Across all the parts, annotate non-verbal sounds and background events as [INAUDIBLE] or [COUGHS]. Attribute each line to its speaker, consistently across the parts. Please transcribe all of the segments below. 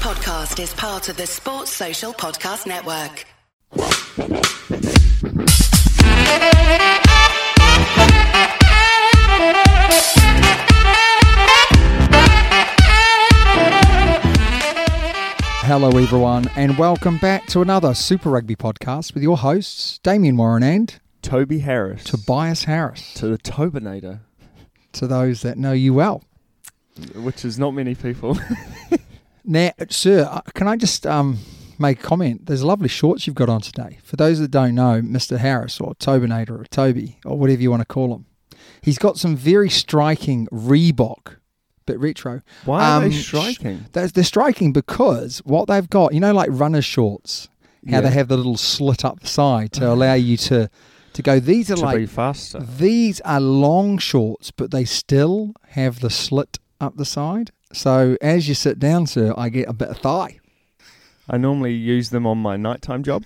Speaker 1: podcast is part of the Sports Social Podcast Network.
Speaker 2: Hello, everyone, and welcome back to another Super Rugby podcast with your hosts, Damien Warren and
Speaker 3: Toby Harris
Speaker 2: Tobias Harris.
Speaker 3: to the Tobinator,
Speaker 2: To those that know you well.
Speaker 3: which is not many [LAUGHS] people.
Speaker 2: Now, sir, uh, can I just um, make a comment? There's lovely shorts you've got on today. For those that don't know, Mr. Harris or Tobinator or Toby or whatever you want to call him, he's got some very striking Reebok, bit retro. Um,
Speaker 3: Why are they
Speaker 2: sh-
Speaker 3: striking?
Speaker 2: they're, they're striking because what they've got, you know, like runner's shorts, how
Speaker 3: Yeah.
Speaker 2: they have the little slit up the side to allow you to, to go. These are
Speaker 3: to
Speaker 2: like
Speaker 3: be [LAUGHS] faster.
Speaker 2: These are long shorts, but they still have the slit up the side. So as you sit down, sir, I get a bit of thigh.
Speaker 3: I normally use them on my nighttime [LAUGHS] job.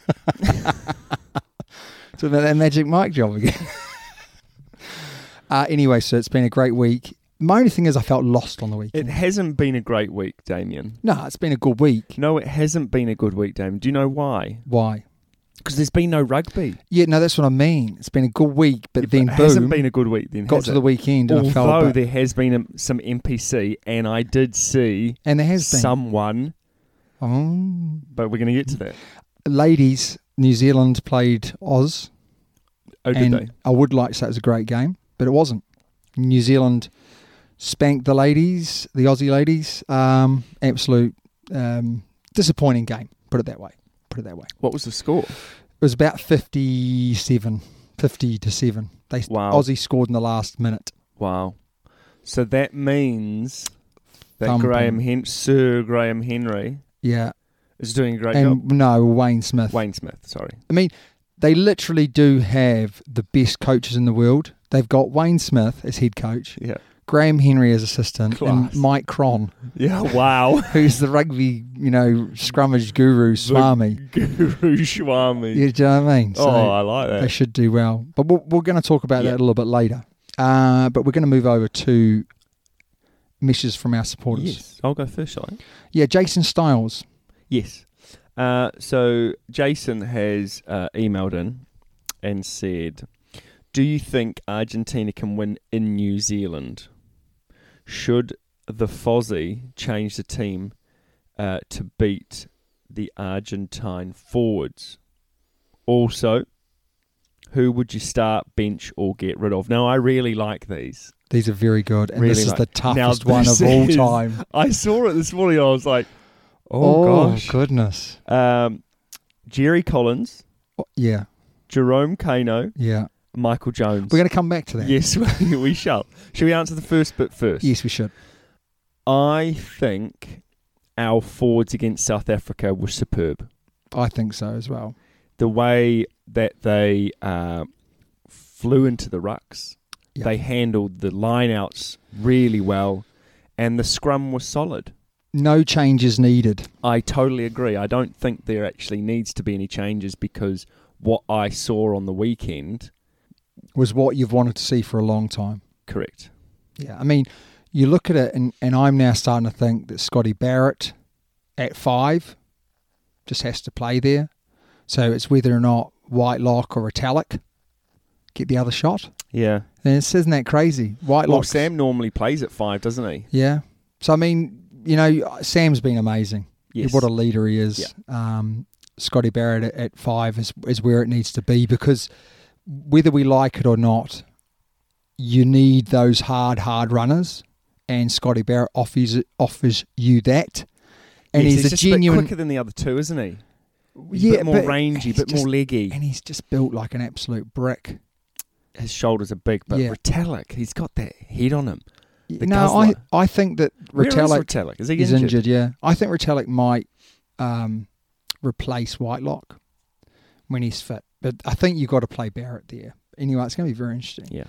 Speaker 2: So about that magic mic job again. [LAUGHS] uh, anyway, sir, it's been a great week. My only thing is I felt lost on the
Speaker 3: it
Speaker 2: weekend.
Speaker 3: hasn't been a great week, Damien.
Speaker 2: no, it's been a good week.
Speaker 3: No, it hasn't been a good week, Damien. Do you know why?
Speaker 2: Why?
Speaker 3: Because there's been no rugby.
Speaker 2: Yeah, no, that's what I mean. It's been a good week, but
Speaker 3: It
Speaker 2: then boom,
Speaker 3: hasn't been a good week. Then
Speaker 2: got
Speaker 3: has
Speaker 2: to
Speaker 3: it?
Speaker 2: the weekend and I felt a
Speaker 3: Although
Speaker 2: bit-
Speaker 3: there has been um, some NPC, and I did see
Speaker 2: and there has been
Speaker 3: someone,
Speaker 2: Oh.
Speaker 3: but we're going to get to that.
Speaker 2: ladies. New Zealand played Oz.
Speaker 3: Oh, did
Speaker 2: and
Speaker 3: they?
Speaker 2: I would like to say it was a great game, but it wasn't. New Zealand spanked the ladies, the Aussie ladies. Um, absolute um, disappointing game. Put it that way. Put it that way.
Speaker 3: What was the score?
Speaker 2: It was about 57, 50 to seven. They
Speaker 3: Wow.
Speaker 2: Aussie scored in the last minute.
Speaker 3: Wow. So that means that
Speaker 2: Thumping.
Speaker 3: Graham Hen- Sir Graham Henry
Speaker 2: Yeah,
Speaker 3: is doing a great
Speaker 2: and no Wayne
Speaker 3: job.
Speaker 2: Smith.
Speaker 3: Wayne Smith, sorry.
Speaker 2: I mean, they literally do have the best coaches in the world. They've got Wayne Smith as head coach,
Speaker 3: Yeah.
Speaker 2: Graham Henry as assistant,
Speaker 3: Class.
Speaker 2: and Mike Cron
Speaker 3: Yeah. Wow. [LAUGHS]
Speaker 2: who's the rugby, you know, scrummage guru, Swami.
Speaker 3: Guru Swami.
Speaker 2: You know what I mean? So
Speaker 3: oh, I like
Speaker 2: they
Speaker 3: that.
Speaker 2: should do well. But we're, we're going to talk about
Speaker 3: Yeah.
Speaker 2: that a little bit later. Uh, but we're going to move over to messages from our supporters.
Speaker 3: Yes. I'll go first, shall I?
Speaker 2: Yeah, Jason Stiles.
Speaker 3: Yes. Uh, so Jason has uh, emailed in and said, "Do you think Argentina can win in New Zealand? Should the Fozzie change the team uh, to beat the Argentine forwards? Also, who would you start, bench, or get rid of? Now, I really like these.
Speaker 2: These are very good. And this
Speaker 3: Really
Speaker 2: is the
Speaker 3: like- Now
Speaker 2: toughest one of
Speaker 3: this
Speaker 2: all
Speaker 3: is-
Speaker 2: time.
Speaker 3: I saw it this morning. I was like, [LAUGHS] "Oh, gosh!"
Speaker 2: goodness.
Speaker 3: Um, Jerry Collins."
Speaker 2: Oh, yeah,
Speaker 3: Jerome Kano,
Speaker 2: yeah.
Speaker 3: Michael Jones.
Speaker 2: We're going to come back to that.
Speaker 3: yes, [LAUGHS] we- we shall. Shall we answer the first bit first?
Speaker 2: Yes, we should.
Speaker 3: I think our forwards against South Africa were superb.
Speaker 2: I think so as well.
Speaker 3: The way that they uh, flew into the rucks,
Speaker 2: Yeah.
Speaker 3: they handled the lineouts really well, and the scrum was solid.
Speaker 2: No changes needed.
Speaker 3: I totally agree. I don't think there actually needs to be any changes because what I saw on the weekend,
Speaker 2: Was what you've wanted to see for a long time.
Speaker 3: correct.
Speaker 2: Yeah, I mean, you look at it, and, and I'm now starting to think that Scotty Barrett at five just has to play there. So it's whether or not Whitelock or Italic get the other shot.
Speaker 3: Yeah.
Speaker 2: And it's, isn't that crazy? Whitelock.
Speaker 3: Well, Sam normally plays at five, doesn't he?
Speaker 2: Yeah. So, I mean, you know, Sam's been amazing.
Speaker 3: Yes.
Speaker 2: What a leader he is. Um, Scotty Barrett at, at five is, is where it needs to be because whether we like it or not, you need those hard, hard runners, and Scotty Barrett offers offers you that. And
Speaker 3: Yes,
Speaker 2: he's, a
Speaker 3: just
Speaker 2: genuine,
Speaker 3: bit quicker than the other two, isn't he? He's
Speaker 2: yeah,
Speaker 3: a bit more
Speaker 2: but
Speaker 3: rangy, a
Speaker 2: he's
Speaker 3: bit
Speaker 2: just-
Speaker 3: more leggy.
Speaker 2: and he's just built like an absolute brick.
Speaker 3: His shoulders are big, but
Speaker 2: Yeah.
Speaker 3: Retallick, he's got that head on him. The
Speaker 2: no, I,
Speaker 3: guzzler.
Speaker 2: I think that
Speaker 3: Where is
Speaker 2: Retallick
Speaker 3: Retallick? Is he
Speaker 2: He's
Speaker 3: injured?
Speaker 2: injured, yeah. I think Retallick might um, replace Whitelock when he's fit. But I think you've got to play Barrett there. Anyway, it's going to be very interesting.
Speaker 3: Yeah.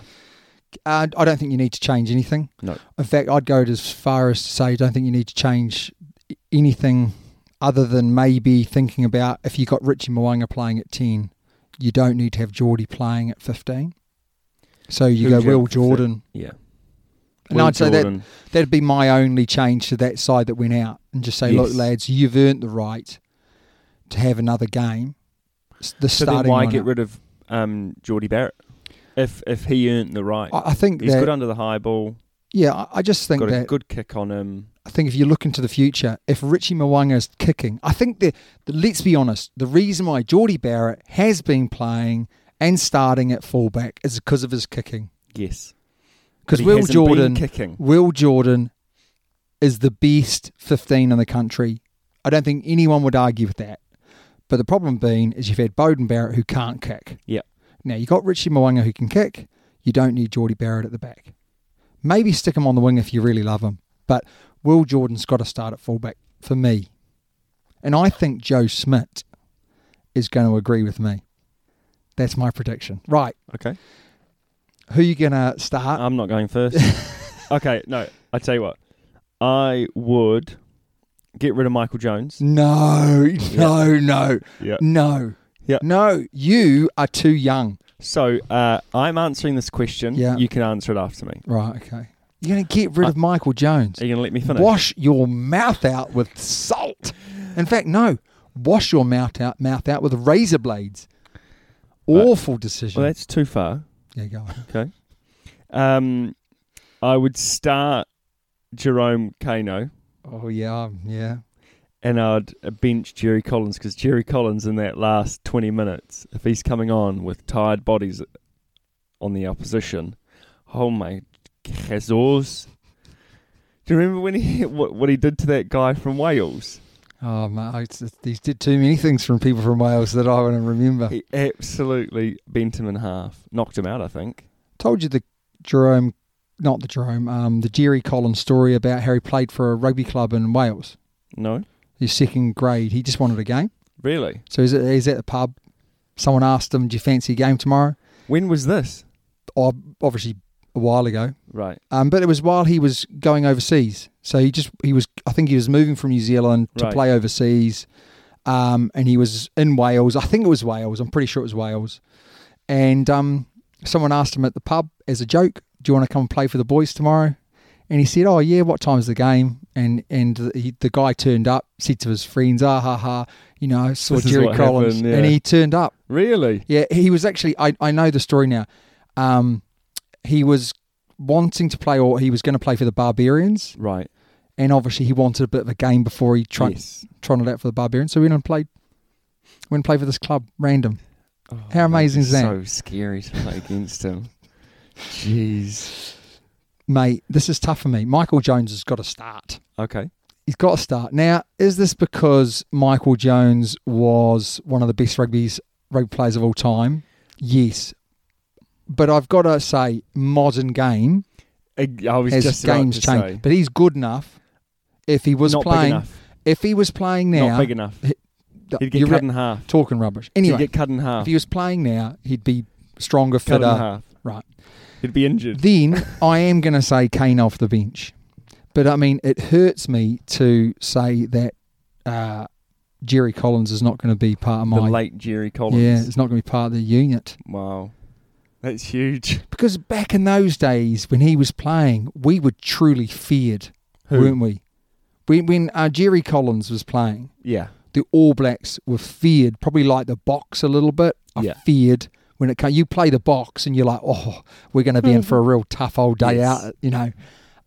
Speaker 2: Uh, I don't think you need to change anything.
Speaker 3: No.
Speaker 2: In fact, I'd go as far as to say I don't think you need to change i- anything other than maybe thinking about if you got Richie Mwanga playing at 10, you don't need to have Geordie playing at 15. So you
Speaker 3: Who
Speaker 2: go
Speaker 3: would you have
Speaker 2: Will
Speaker 3: at 15?
Speaker 2: Jordan.
Speaker 3: Yeah.
Speaker 2: And I'd say that that'd be my only change to that side that went out. and just say, look,
Speaker 3: Yes.
Speaker 2: lads, you've earned the right to have another game. S- The
Speaker 3: So
Speaker 2: starting
Speaker 3: then why
Speaker 2: lineup.
Speaker 3: get rid of um, Geordie Barrett if if he earned the right?
Speaker 2: I, I think
Speaker 3: He's
Speaker 2: that
Speaker 3: good under the high ball.
Speaker 2: yeah, I, I just think
Speaker 3: Got a
Speaker 2: that
Speaker 3: good kick on him.
Speaker 2: I think if you look into the future, if Richie Mwanga is kicking, I think that the, let's be honest, the reason why Geordie Barrett has been playing and starting at fullback is because of his kicking.
Speaker 3: Yes, But
Speaker 2: Because
Speaker 3: he
Speaker 2: Will
Speaker 3: hasn't been
Speaker 2: Jordan,
Speaker 3: kicking.
Speaker 2: Will Jordan is the best 15 in the country. I don't think anyone would argue with that. But the problem being is you've had Bowden Barrett who can't kick.
Speaker 3: Yep.
Speaker 2: Now you've got Richie Mwanga who can kick. You don't need Geordie Barrett at the back. Maybe stick him on the wing if you really love him. But Will Jordan's got to start at fullback for me. And I think Joe Smith is going to agree with me. That's my prediction. Right.
Speaker 3: Okay,
Speaker 2: Who you going to start?
Speaker 3: I'm not
Speaker 2: [LAUGHS]
Speaker 3: going first. okay, no, I tell you what, I would get rid of Michael Jones.
Speaker 2: no, no, no.
Speaker 3: Yeah.
Speaker 2: No.
Speaker 3: Yeah.
Speaker 2: No, you are too young.
Speaker 3: So uh, I'm answering this question.
Speaker 2: Yeah.
Speaker 3: You can answer it after me.
Speaker 2: Right, okay. You're going to get rid of Michael Jones.
Speaker 3: Are you gonna let me finish?
Speaker 2: Wash your mouth out with salt. In fact, no. Wash your mouth out, mouth out with razor blades. Awful decision.
Speaker 3: Well, that's too far.
Speaker 2: yeah, go on.
Speaker 3: Okay. Um, I would start Jerome Kano
Speaker 2: Oh, yeah, um, yeah.
Speaker 3: and I'd bench Jerry Collins because Jerry Collins in that last 20 minutes, if he's coming on with tired bodies on the opposition, oh my Jesus. Do you remember when he [LAUGHS] what, what he did to that guy from Wales?
Speaker 2: Oh, man, I, it's, it's, these did too many things from people from Wales that I want to remember.
Speaker 3: He absolutely bent him in half, knocked him out. I think.
Speaker 2: Told you the Jerome, not the Jerome, um, the Jerry Collins story about how he played for a rugby club in Wales.
Speaker 3: No,
Speaker 2: His second grade, he just wanted a game.
Speaker 3: really.
Speaker 2: So he's at, he's at the pub. Someone asked him, "Do you fancy a game tomorrow?"
Speaker 3: When was this?
Speaker 2: Ob- Obviously, a while ago.
Speaker 3: Right.
Speaker 2: Um, but it was while he was going overseas. So he just he was I think he was moving from New Zealand to
Speaker 3: Right.
Speaker 2: play overseas. Um, and he was in Wales. I think it was Wales. I'm pretty sure it was Wales. And um, someone asked him at the pub as a joke, "Do you want to come and play for the boys tomorrow?" And he said, "Oh yeah, what time's the game?" And and he, the guy turned up, said to his friends, "Ah ha ha, you know, saw
Speaker 3: This is
Speaker 2: Jerry
Speaker 3: what
Speaker 2: Collins,"
Speaker 3: happened, yeah.
Speaker 2: and he turned up.
Speaker 3: Really?
Speaker 2: Yeah, he was actually. I, I know the story now. Um, he was wanting to play, or he was going to play for the Barbarians,
Speaker 3: Right.
Speaker 2: and obviously he wanted a bit of a game before he tried
Speaker 3: yes.
Speaker 2: trotted out for the Barbarians. So we went and played. Went and played for this club, random.
Speaker 3: Oh,
Speaker 2: How amazing is
Speaker 3: that'd be
Speaker 2: that?
Speaker 3: So scary to play against
Speaker 2: [LAUGHS]
Speaker 3: him. Jeez.
Speaker 2: Mate, this is tough for me. Michael Jones has got to start.
Speaker 3: Okay.
Speaker 2: He's got to start. Now, is this because Michael Jones was one of the best rugby's rugby players of all time? Yes. But I've got to say, modern game,
Speaker 3: Ig- I was
Speaker 2: His
Speaker 3: just about
Speaker 2: games
Speaker 3: to
Speaker 2: change.
Speaker 3: say,
Speaker 2: But he's good enough. If he was
Speaker 3: not big
Speaker 2: playing,
Speaker 3: enough.
Speaker 2: if he was playing now,
Speaker 3: not big enough.
Speaker 2: th-
Speaker 3: He'd get
Speaker 2: you're
Speaker 3: cut
Speaker 2: right,
Speaker 3: in half.
Speaker 2: [LAUGHS] talking rubbish.
Speaker 3: He'd
Speaker 2: Anyway,
Speaker 3: get cut in half.
Speaker 2: if he was playing now, he'd be stronger,
Speaker 3: cut in
Speaker 2: fitter.
Speaker 3: half.
Speaker 2: Right.
Speaker 3: He'd be
Speaker 2: [LAUGHS]
Speaker 3: injured.
Speaker 2: Then I am going to say Kane off the bench, but I mean it hurts me to say that uh, Jerry Collins is not going to be part of
Speaker 3: The
Speaker 2: my.
Speaker 3: late Jerry
Speaker 2: yeah,
Speaker 3: Collins.
Speaker 2: it's not going to be part of the unit
Speaker 3: Wow. That's huge. [LAUGHS]
Speaker 2: because back in those days when he was playing, we were truly feared, weren't we? When, when uh, Jerry Collins was playing,
Speaker 3: Yeah.
Speaker 2: the All Blacks were feared, probably like the box a little bit. I
Speaker 3: Yeah.
Speaker 2: feared when it came. You play the box and you're like, oh, we're going to be in for a real tough old day
Speaker 3: Yes.
Speaker 2: out, you know.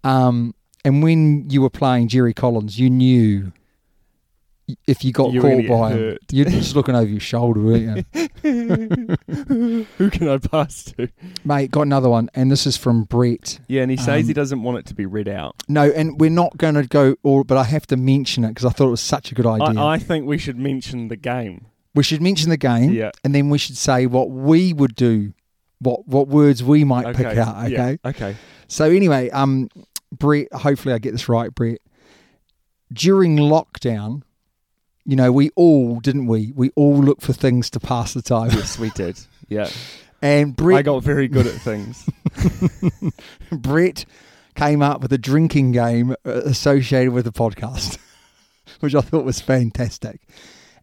Speaker 2: Um, and when you were playing Jerry Collins, you knew if you got
Speaker 3: You were
Speaker 2: caught
Speaker 3: gonna get
Speaker 2: by him,
Speaker 3: hurt.
Speaker 2: you're just looking over your shoulder, weren't
Speaker 3: [LAUGHS]
Speaker 2: you?
Speaker 3: Who can I pass to?
Speaker 2: Mate, got another one, and this is from Brett.
Speaker 3: Yeah, and he says
Speaker 2: Um,
Speaker 3: he doesn't want it to be read out.
Speaker 2: No, and we're not going to go, all, but I have to mention it because I thought it was such a good idea.
Speaker 3: I, I think we should mention the game.
Speaker 2: We should mention the game,
Speaker 3: Yeah.
Speaker 2: and then we should say what we would do, what what words we might pick out. Okay.
Speaker 3: Yeah, okay.
Speaker 2: So anyway, um, Brett, hopefully I get this right, Brett. During lockdown, you know, we all didn't we? We all look for things to pass the time,
Speaker 3: Yes, we did.
Speaker 2: [LAUGHS]
Speaker 3: Yeah.
Speaker 2: and
Speaker 3: I
Speaker 2: Brett
Speaker 3: got very good
Speaker 2: [LAUGHS]
Speaker 3: at things.
Speaker 2: Brett came up with a drinking game uh, associated with the podcast, [LAUGHS] which I thought was fantastic.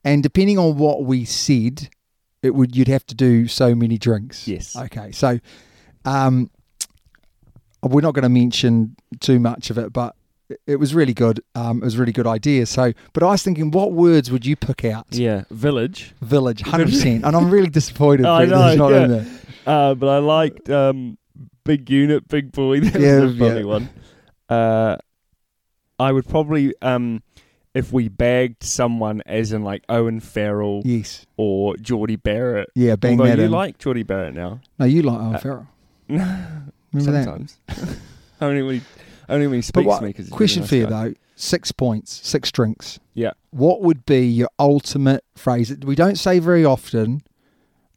Speaker 2: And depending on what we said, it would you'd have to do so many drinks.
Speaker 3: Yes.
Speaker 2: Okay. So, um, we're not going to mention too much of it, but it was really good. Um, it was a really good idea. So, but I was thinking, what words would you pick out?
Speaker 3: Yeah, village. [LAUGHS]
Speaker 2: Village, hundred percent. And I'm really disappointed
Speaker 3: I
Speaker 2: that it's
Speaker 3: know,
Speaker 2: not in
Speaker 3: yeah.
Speaker 2: there.
Speaker 3: Uh, but I liked um, big unit, big boy. [LAUGHS] That
Speaker 2: Yeah,
Speaker 3: was a funny
Speaker 2: yeah.
Speaker 3: one. Uh, I would probably um, if we bagged someone as in like Owen Farrell
Speaker 2: Yes,
Speaker 3: or Geordie Barrett.
Speaker 2: yeah. Bang
Speaker 3: Although
Speaker 2: that
Speaker 3: you
Speaker 2: in.
Speaker 3: like Geordie Barrett now. [LAUGHS]
Speaker 2: no, you like Owen
Speaker 3: Uh,
Speaker 2: Farrell. Remember that?
Speaker 3: Sometimes. [LAUGHS] only when he, only when he speaks
Speaker 2: But what-
Speaker 3: to me. Cause he's a really
Speaker 2: Question
Speaker 3: nice
Speaker 2: for you
Speaker 3: guy.
Speaker 2: though: six points, six drinks.
Speaker 3: Yeah.
Speaker 2: What would be your ultimate phrase that we don't say very often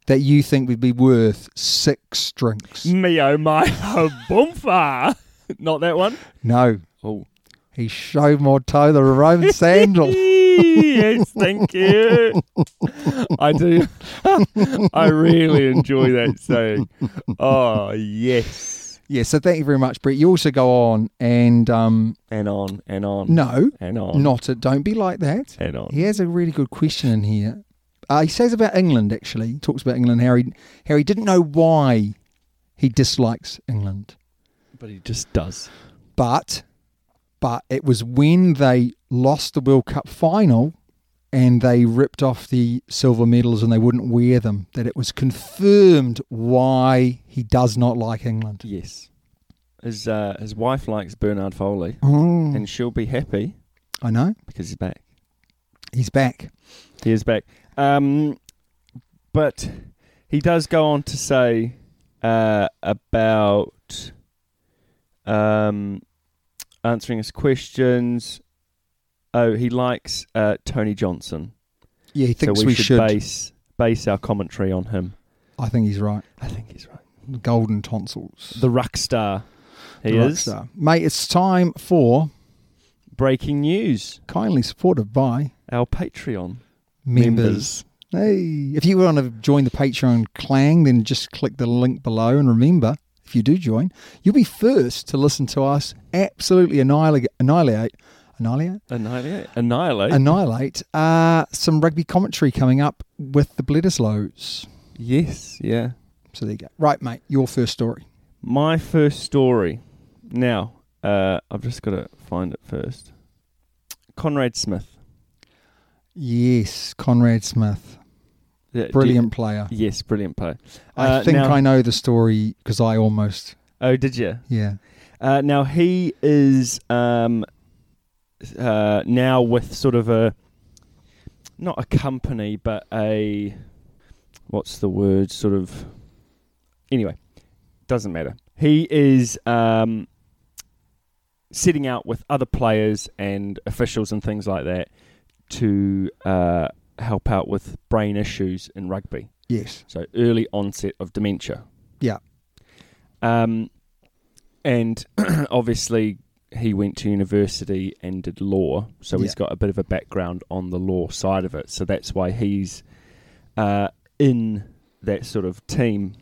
Speaker 2: that you think would be worth six drinks?
Speaker 3: Me oh my [LAUGHS] oh, bumper. Not that one.
Speaker 2: No,
Speaker 3: Oh.
Speaker 2: he showed my toe the Roman
Speaker 3: [LAUGHS]
Speaker 2: sandal. [LAUGHS]
Speaker 3: yes, thank you. I do. [LAUGHS] I really enjoy that saying. Oh yes,
Speaker 2: Yeah. So thank you very much, Brett. You also go on and um,
Speaker 3: and on and on
Speaker 2: no,
Speaker 3: and on
Speaker 2: not it. Don't be like that.
Speaker 3: and on.
Speaker 2: He has a really good question in here. Uh, he says about England actually. He talks about England how he how he didn't know why he dislikes England.
Speaker 3: But he just does.
Speaker 2: but but it was when they lost the World Cup final and they ripped off the silver medals and they wouldn't wear them that it was confirmed why he does not like England.
Speaker 3: Yes. His uh, his wife likes Bernard Foley,
Speaker 2: Mm,
Speaker 3: and she'll be happy
Speaker 2: I know
Speaker 3: because he's back.
Speaker 2: he's back.
Speaker 3: He is back. Um, but he does go on to say uh, about um, answering his questions. Oh, he likes uh, Tony Johnson.
Speaker 2: Yeah, he thinks
Speaker 3: so we, should,
Speaker 2: should.
Speaker 3: base base our commentary on him.
Speaker 2: I think he's right.
Speaker 3: I think he's right.
Speaker 2: Golden tonsils.
Speaker 3: The rock star. He
Speaker 2: The rock
Speaker 3: is.
Speaker 2: star. mate. It's time for
Speaker 3: Breaking news.
Speaker 2: kindly supported by
Speaker 3: Our Patreon
Speaker 2: members. Hey, if you want to join the Patreon clang, then just click the link below. And remember, if you do join, you'll be first to listen to us absolutely annihilate, annihilate, annihilate,
Speaker 3: annihilate, annihilate.
Speaker 2: annihilate uh, some rugby commentary coming up with the Bledisloes.
Speaker 3: yes, yeah.
Speaker 2: So there you go. Right, mate, your first story.
Speaker 3: My first story. Now, uh, I've just got to find it first. Conrad Smith.
Speaker 2: Yes, Conrad Smith,
Speaker 3: Yeah, do-
Speaker 2: brilliant player.
Speaker 3: yes, brilliant player.
Speaker 2: I
Speaker 3: Uh,
Speaker 2: think
Speaker 3: now-
Speaker 2: I know the story because I almost
Speaker 3: Oh, did you?
Speaker 2: yeah.
Speaker 3: Uh, now he is um, uh, now with sort of a not a company, but a what's the word? Sort of. Anyway, doesn't matter. He is um, sitting out with other players and officials and things like that to uh, help out with brain issues in rugby.
Speaker 2: Yes,
Speaker 3: So early onset of dementia.
Speaker 2: Yeah.
Speaker 3: Um, and [CLEARS THROAT] obviously he went to university and did law, so he's
Speaker 2: Yeah.
Speaker 3: got a bit of a background on the law side of it. So that's why he's uh, in that sort of team.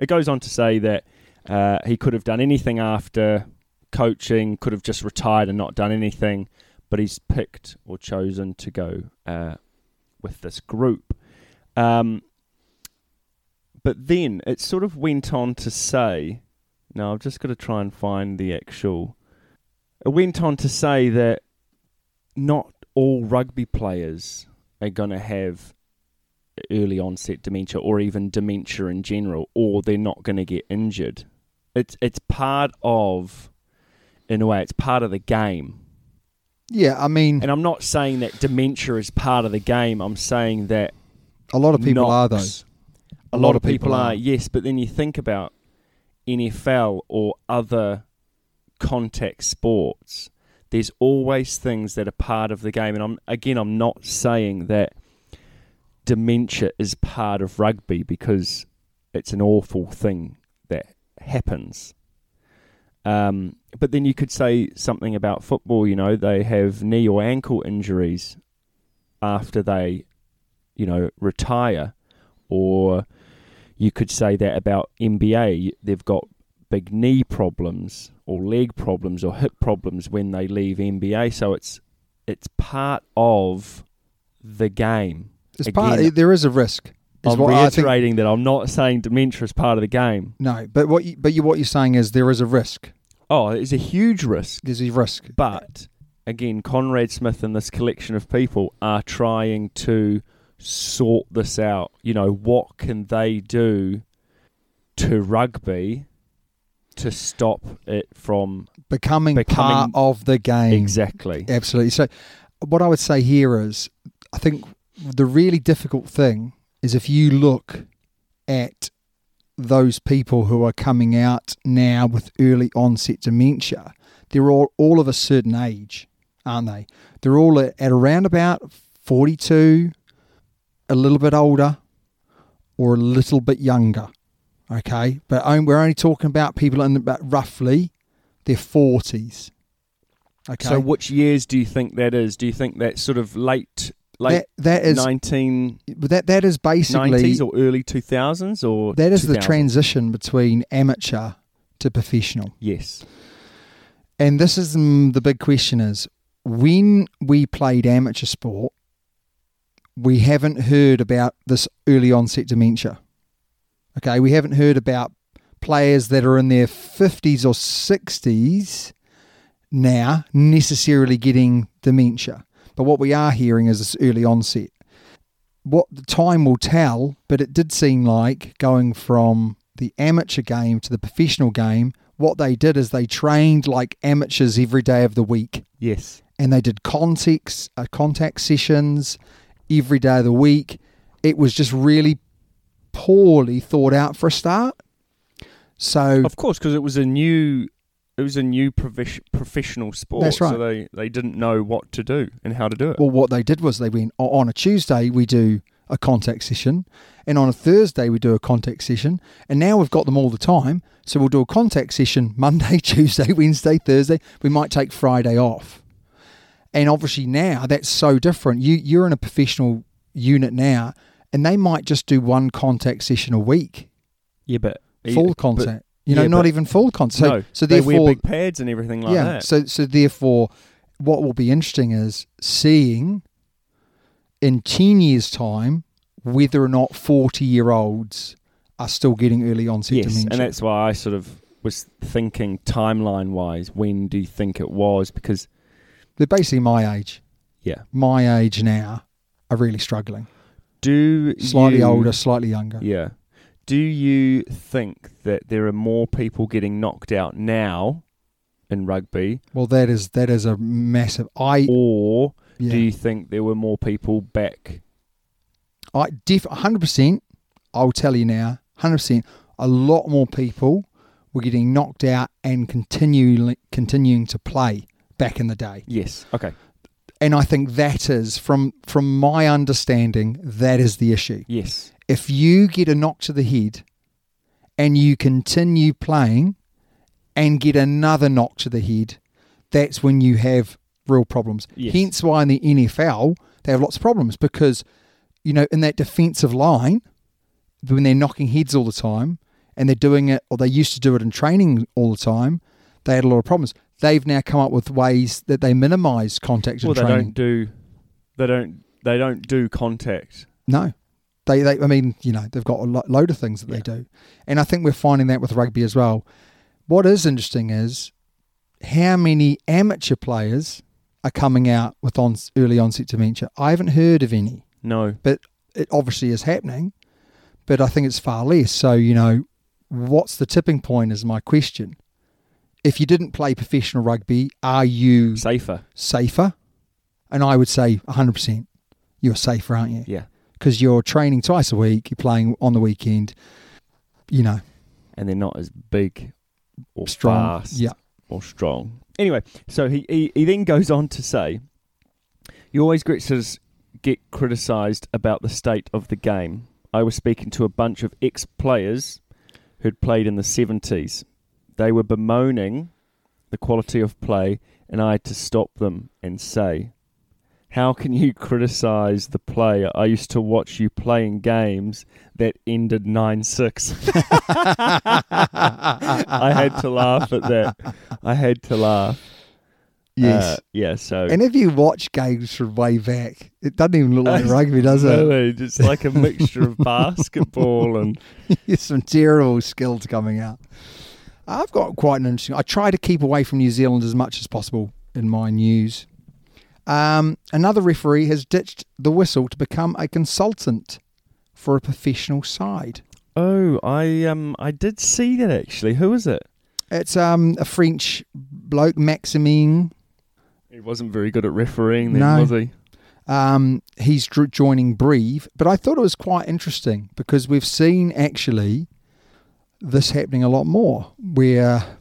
Speaker 3: It goes on to say that uh, he could have done anything after coaching, could have just retired and not done anything, but he's picked or chosen to go uh, with this group. Um, but then it sort of went on to say, now I've just got to try and find the actual. It went on to say that not all rugby players are going to have early onset dementia or even dementia in general, or they're not going to get injured. It's it's part of, in a way, it's part of the game.
Speaker 2: yeah. I mean,
Speaker 3: And I'm not saying that dementia is part of the game. I'm saying that
Speaker 2: a lot of people are though.
Speaker 3: Knocks. A lot, of people, are, yes, but then you think about NFL or other contact sports. There's always things that are part of the game, and I'm again, I'm not saying that dementia is part of rugby because it's an awful thing that happens. Um, but then you could say something about football. You know, they have knee or ankle injuries after they, you know, retire, or you could say that about NBA. They've got big knee problems or leg problems or hip problems when they leave NBA. So it's it's part of the game.
Speaker 2: It's part,
Speaker 3: Again,
Speaker 2: there is a risk. Is
Speaker 3: I'm
Speaker 2: what I think,
Speaker 3: reiterating that I'm not saying dementia is part of the game.
Speaker 2: no, but what you, but you what you're saying is there is a risk.
Speaker 3: Oh, it's a huge risk.
Speaker 2: There's a risk.
Speaker 3: But again, Conrad Smith and this collection of people are trying to sort this out. You know, what can they do to rugby to stop it from
Speaker 2: becoming, part
Speaker 3: Becoming-
Speaker 2: of the game.
Speaker 3: exactly?
Speaker 2: Absolutely. So, what I would say here is, I think the really difficult thing is if you look at those people who are coming out now with early onset dementia, they're all, all of a certain age, aren't they? They're all at, at around about 42, a little bit older, or a little bit younger. Okay, but on- we're only talking about people in about roughly their 40s. Okay,
Speaker 3: So, which years do you think that is? Do you think that's sort of late, late
Speaker 2: that, that is
Speaker 3: nineteen
Speaker 2: that that is basically
Speaker 3: nineties or early two thousands, or
Speaker 2: that is the
Speaker 3: 2000?
Speaker 2: transition between amateur to professional.
Speaker 3: Yes,
Speaker 2: And this is mm, the big question is when we played amateur sport we haven't heard about this early onset dementia. Okay, we haven't heard about players that are in their 50s or 60s now necessarily getting dementia. But what we are hearing is this early onset. What the time will tell, but it did seem like going from the amateur game to the professional game, what they did is they trained like amateurs every day of the week
Speaker 3: yes.
Speaker 2: and they did contacts, uh, contact sessions every day of the week. It was just really poorly thought out for a start. So
Speaker 3: Of course, because it was a new, it was a new provis- professional sport.
Speaker 2: That's right.
Speaker 3: So they they didn't know what to do and how to do it.
Speaker 2: Well, what they did was they went "O- on a Tuesday, we do a contact session, and on a Thursday, we do a contact session. And now we've got them all the time. So we'll do a contact session [LAUGHS] Monday, Tuesday, Wednesday, Thursday. We might take Friday off. And obviously, now that's so different. You, you're in a professional unit now, and they might just do one contact session a week,
Speaker 3: yeah, but
Speaker 2: full
Speaker 3: but-
Speaker 2: contact. You know,
Speaker 3: yeah,
Speaker 2: not
Speaker 3: but-
Speaker 2: even full contact. So,
Speaker 3: no,
Speaker 2: so
Speaker 3: they
Speaker 2: therefore,
Speaker 3: wear big pads and everything like
Speaker 2: yeah.
Speaker 3: that.
Speaker 2: So so therefore, what will be interesting is seeing in ten years' time whether or not forty year olds are still getting early onset
Speaker 3: yes,
Speaker 2: dementia.
Speaker 3: and that's why I sort of was thinking timeline wise. When do you think it was? Because
Speaker 2: They're basically my age.
Speaker 3: yeah,
Speaker 2: My age now are really struggling.
Speaker 3: do
Speaker 2: Slightly
Speaker 3: you-
Speaker 2: older, slightly younger.
Speaker 3: Yeah. Do you think that there are more people getting knocked out now in rugby,
Speaker 2: Well, that is that is a massive. I
Speaker 3: or
Speaker 2: yeah.
Speaker 3: do you think there were more people back
Speaker 2: I def hundred percent. I'll tell you now, hundred percent. A lot more people were getting knocked out and continually continuing to play back in the day.
Speaker 3: Yes. Okay.
Speaker 2: and I think that is from from my understanding that is the issue.
Speaker 3: Yes.
Speaker 2: If you get a knock to the head and you continue playing and get another knock to the head, that's when you have real problems.
Speaker 3: Yes.
Speaker 2: Hence why in the NFL they have lots of problems because you know in that defensive line when they're knocking heads all the time and they're doing it or they used to do it in training all the time, they had a lot of problems. They've now come up with ways that they minimise contact in
Speaker 3: Well, they
Speaker 2: training.
Speaker 3: don't do. They don't. They don't do contact.
Speaker 2: No, they, they. I mean, you know, they've got a lo- load of things that they do, and I think we're finding that with rugby as well. What is interesting is how many amateur players are coming out with on, early onset dementia. I haven't heard of any,
Speaker 3: No.
Speaker 2: but it obviously is happening. But I think it's far less. So you know, what's the tipping point? Is my question. If you didn't play professional rugby, are you
Speaker 3: Safer.
Speaker 2: safer? And I would say 100%. You're safer, aren't you?
Speaker 3: Yeah.
Speaker 2: because you're training twice a week, you're playing on the weekend, you know,
Speaker 3: And they're not as big or
Speaker 2: strong.
Speaker 3: fast Uh,
Speaker 2: Yeah.
Speaker 3: or strong. Anyway, so he, he he then goes on to say, "You always get says get criticised about the state of the game. I was speaking to a bunch of ex players who'd played in the seventies. They were bemoaning the quality of play, and I had to stop them and say." How can you criticise the player? I used to watch you playing games that ended 9 6. [LAUGHS] I had to laugh at that. I had to laugh.
Speaker 2: Yes.
Speaker 3: Uh, yeah, so.
Speaker 2: and if you watch games from way back, it doesn't even look
Speaker 3: [LAUGHS]
Speaker 2: like
Speaker 3: It's
Speaker 2: rugby, does [LAUGHS] it?
Speaker 3: really, It's like a
Speaker 2: [LAUGHS]
Speaker 3: mixture of basketball and.
Speaker 2: There's some terrible skills coming out. I've got quite an interesting. I try to keep away from New Zealand as much as possible in my news. Um, another referee has ditched the whistle to become a consultant for a professional side.
Speaker 3: Oh, I um, I did see that actually. Who was it?
Speaker 2: It's um, a French bloke, Maximine.
Speaker 3: He wasn't very good at refereeing, then
Speaker 2: No.
Speaker 3: was he?
Speaker 2: Um, he's dr- joining Breve, but I thought it was quite interesting because we've seen actually this happening a lot more where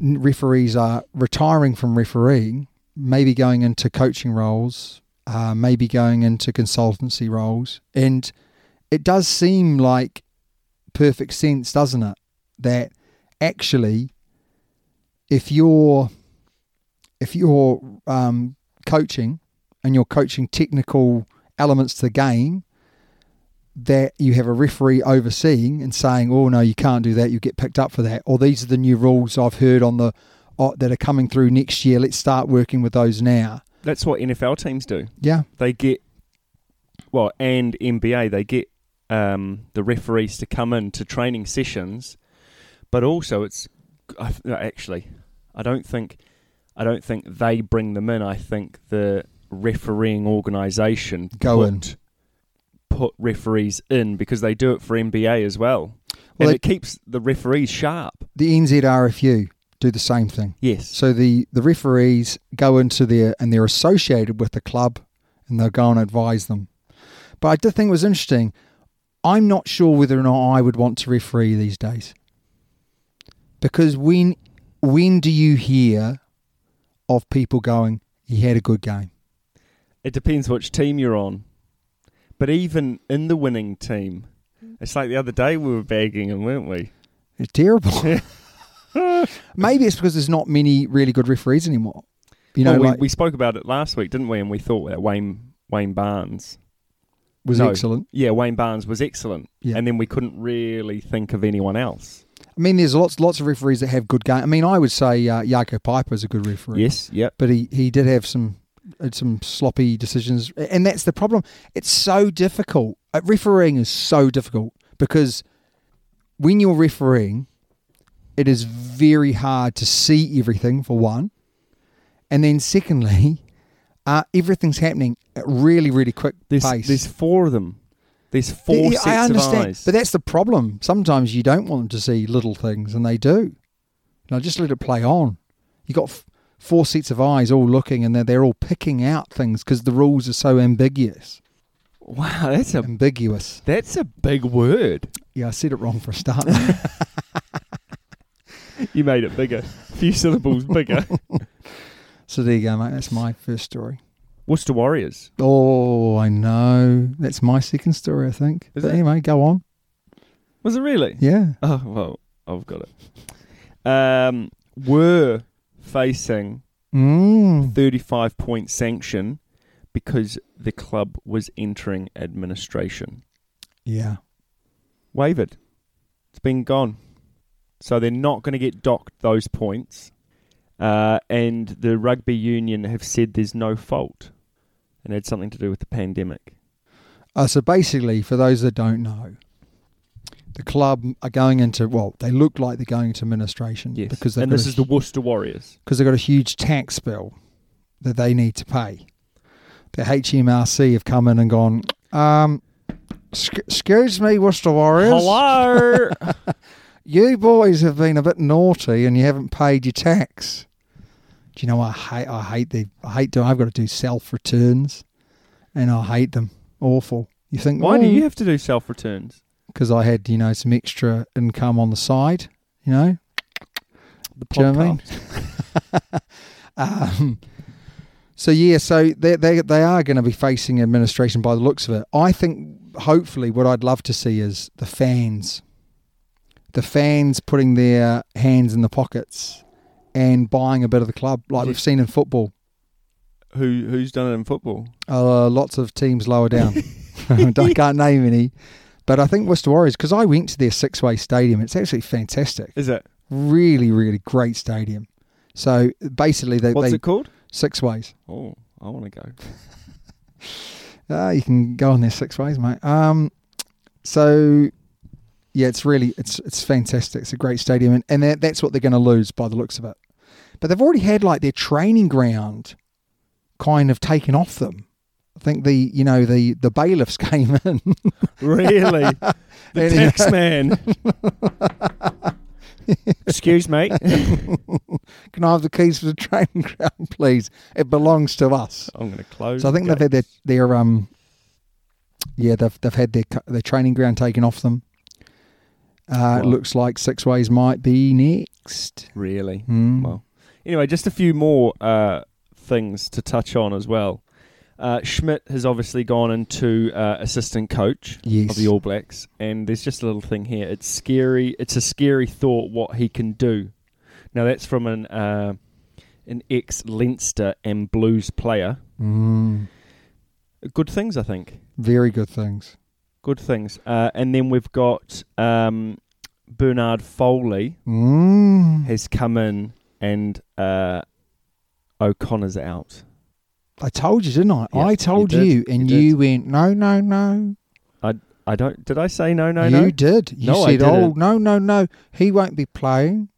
Speaker 2: n- referees are retiring from refereeing, maybe going into coaching roles, uh, maybe going into consultancy roles. And it does seem like perfect sense, doesn't it? That actually, if you're if you're um, coaching and you're coaching technical elements to the game that you have a referee overseeing and saying, "Oh no, you can't do that. You get picked up for that." Or these are the new rules I've heard on the uh, that are coming through next year. Let's start working with those now.
Speaker 3: That's what NFL teams do.
Speaker 2: Yeah,
Speaker 3: They get well, and NBA they get um, the referees to come in to training sessions, but also it's I, th- no, actually I don't think I don't think they bring them in. I think the refereeing organisation
Speaker 2: Go
Speaker 3: put,
Speaker 2: in.
Speaker 3: put referees in because they do it for NBA as well.
Speaker 2: Well,
Speaker 3: and
Speaker 2: they-
Speaker 3: it keeps the referees sharp.
Speaker 2: the NZRFU do the same thing.
Speaker 3: Yes.
Speaker 2: So the, the referees go into their and they're associated with the club and they'll go and advise them. But I did think it was interesting. I'm not sure whether or not I would want to referee these days. Because when when do you hear of people going, He had a good game?
Speaker 3: It depends which team you're on. But even in the winning team, it's like the other day we were bagging him, weren't we?
Speaker 2: It's
Speaker 3: [LAUGHS]
Speaker 2: terrible. Maybe it's because there's not many really good referees anymore. You know,
Speaker 3: Well, we,
Speaker 2: like,
Speaker 3: we spoke about it last week, didn't we? And we thought that Wayne Wayne Barnes
Speaker 2: was
Speaker 3: no.
Speaker 2: excellent.
Speaker 3: Yeah, Wayne Barnes was excellent.
Speaker 2: Yeah.
Speaker 3: And then we couldn't really think of anyone else.
Speaker 2: I mean, there's lots lots of referees that have good game. I mean, I would say uh, Yako Piper is a good referee.
Speaker 3: Yes, yep.
Speaker 2: but he, he did have some had some sloppy decisions, and that's the problem. It's so difficult. Uh, refereeing is so difficult because when you're refereeing, it is very hard to see everything for one, and then secondly, [LAUGHS] uh, everything's happening at really really quick
Speaker 3: There's
Speaker 2: pace.
Speaker 3: there's four of them. There's four
Speaker 2: Yeah, yeah,
Speaker 3: sets
Speaker 2: I understand,
Speaker 3: of eyes.
Speaker 2: but that's the problem. Sometimes you don't want them to see little things, and they do. Now just let it play on. You got f- four sets of eyes all looking, and they're, they're all picking out things because the rules are so ambiguous.
Speaker 3: wow, that's a
Speaker 2: Ambiguous.
Speaker 3: that's a big word.
Speaker 2: Yeah, I said it wrong for a
Speaker 3: [LAUGHS]
Speaker 2: start.
Speaker 3: You made it bigger. A few
Speaker 2: [LAUGHS]
Speaker 3: syllables bigger.
Speaker 2: so there you go, mate. That's my first story.
Speaker 3: Worcester Warriors.
Speaker 2: Oh, I know. That's my second story, I think.
Speaker 3: Is
Speaker 2: but
Speaker 3: it?
Speaker 2: anyway, go on.
Speaker 3: Was it really?
Speaker 2: Yeah.
Speaker 3: [LAUGHS] Oh well, I've got it. Um, were facing
Speaker 2: Mm.
Speaker 3: thirty-five point sanction because the club was entering administration.
Speaker 2: Yeah.
Speaker 3: Wavered. It's been gone, so they're not going to get docked those points. Uh, and the rugby union have said there's no fault, and it had something to do with the pandemic.
Speaker 2: Uh, so basically, for those that don't know, the club are going into well, they look like they're going into administration
Speaker 3: Yes,
Speaker 2: because they've
Speaker 3: and
Speaker 2: got
Speaker 3: this
Speaker 2: a
Speaker 3: is the
Speaker 2: hu-
Speaker 3: Worcester Warriors.
Speaker 2: 'cause they've got a huge tax bill that they need to pay. The HMRC have come in and gone. Um, sc- excuse me, Worcester Warriors. [LAUGHS]
Speaker 3: Hello.
Speaker 2: You boys have been a bit naughty and you haven't paid your tax. Do you know I hate? I hate the. I hate doing. I've got to do self returns, and I hate them. Awful. You think
Speaker 3: Why do
Speaker 2: "Oh,
Speaker 3: you have to do self returns?
Speaker 2: because I had you know some extra income on the side, you know.
Speaker 3: The
Speaker 2: Do you know what I mean? Um, so yeah, so they they they are going to be facing administration by the looks of it. I think hopefully what I'd love to see is the fans, the fans putting their hands in the pockets and buying a bit of the club, like
Speaker 3: Yeah.
Speaker 2: we've seen in football.
Speaker 3: Who who's done it in football?
Speaker 2: Uh, lots of teams lower
Speaker 3: [LAUGHS]
Speaker 2: down. [LAUGHS] I can't name any, but I think Worcester Warriors because I went to their six way stadium. It's actually fantastic.
Speaker 3: Is it
Speaker 2: really, really great stadium. So basically, they,
Speaker 3: what's
Speaker 2: they
Speaker 3: it called?
Speaker 2: six ways.
Speaker 3: Oh, I want to go.
Speaker 2: Ah, you can go on there six ways, mate. Um, so Yeah, it's really it's it's fantastic. It's a great stadium, and, and that, that's what they're going to lose by the looks of it. But they've already had like their training ground kind of taken off them. I think the you know the the bailiffs [LAUGHS] came in.
Speaker 3: [LAUGHS]
Speaker 2: [LAUGHS]
Speaker 3: Really? The
Speaker 2: Anyway. [LAUGHS]
Speaker 3: tax man. Excuse me.
Speaker 2: Can I have the keys to the training [LAUGHS] ground, please? It belongs to us.
Speaker 3: [LAUGHS] I'm going to close.
Speaker 2: So I think
Speaker 3: the
Speaker 2: they've had their, their um, yeah, they've they've had their cu- their training ground taken off them. Uh, it
Speaker 3: Wow.
Speaker 2: Looks like Six Ways might be next.
Speaker 3: gate. Really?
Speaker 2: Mm.
Speaker 3: Wow. Anyway, just a few more uh, things to touch on as well. Uh, Schmidt has obviously gone into uh, assistant coach of
Speaker 2: Yes.
Speaker 3: the All Blacks, and there's just a little thing here. It's scary. It's a scary thought what he can do. Now that's from an uh, an ex Leinster and Blues player.
Speaker 2: Mm.
Speaker 3: Good things, I think.
Speaker 2: Very good things.
Speaker 3: Good things. Uh, and then we've got um, Bernard Foley
Speaker 2: Mm.
Speaker 3: has come in, and uh, O'Connor's out.
Speaker 2: I told you, didn't I?
Speaker 3: Yeah,
Speaker 2: I told
Speaker 3: you
Speaker 2: you,
Speaker 3: did.
Speaker 2: and
Speaker 3: You
Speaker 2: you, went no, no, no.
Speaker 3: I don't. Did I say no? No,
Speaker 2: you
Speaker 3: no.
Speaker 2: did. You
Speaker 3: No, I
Speaker 2: said, oh
Speaker 3: didn't.
Speaker 2: no, no, no. He won't be playing.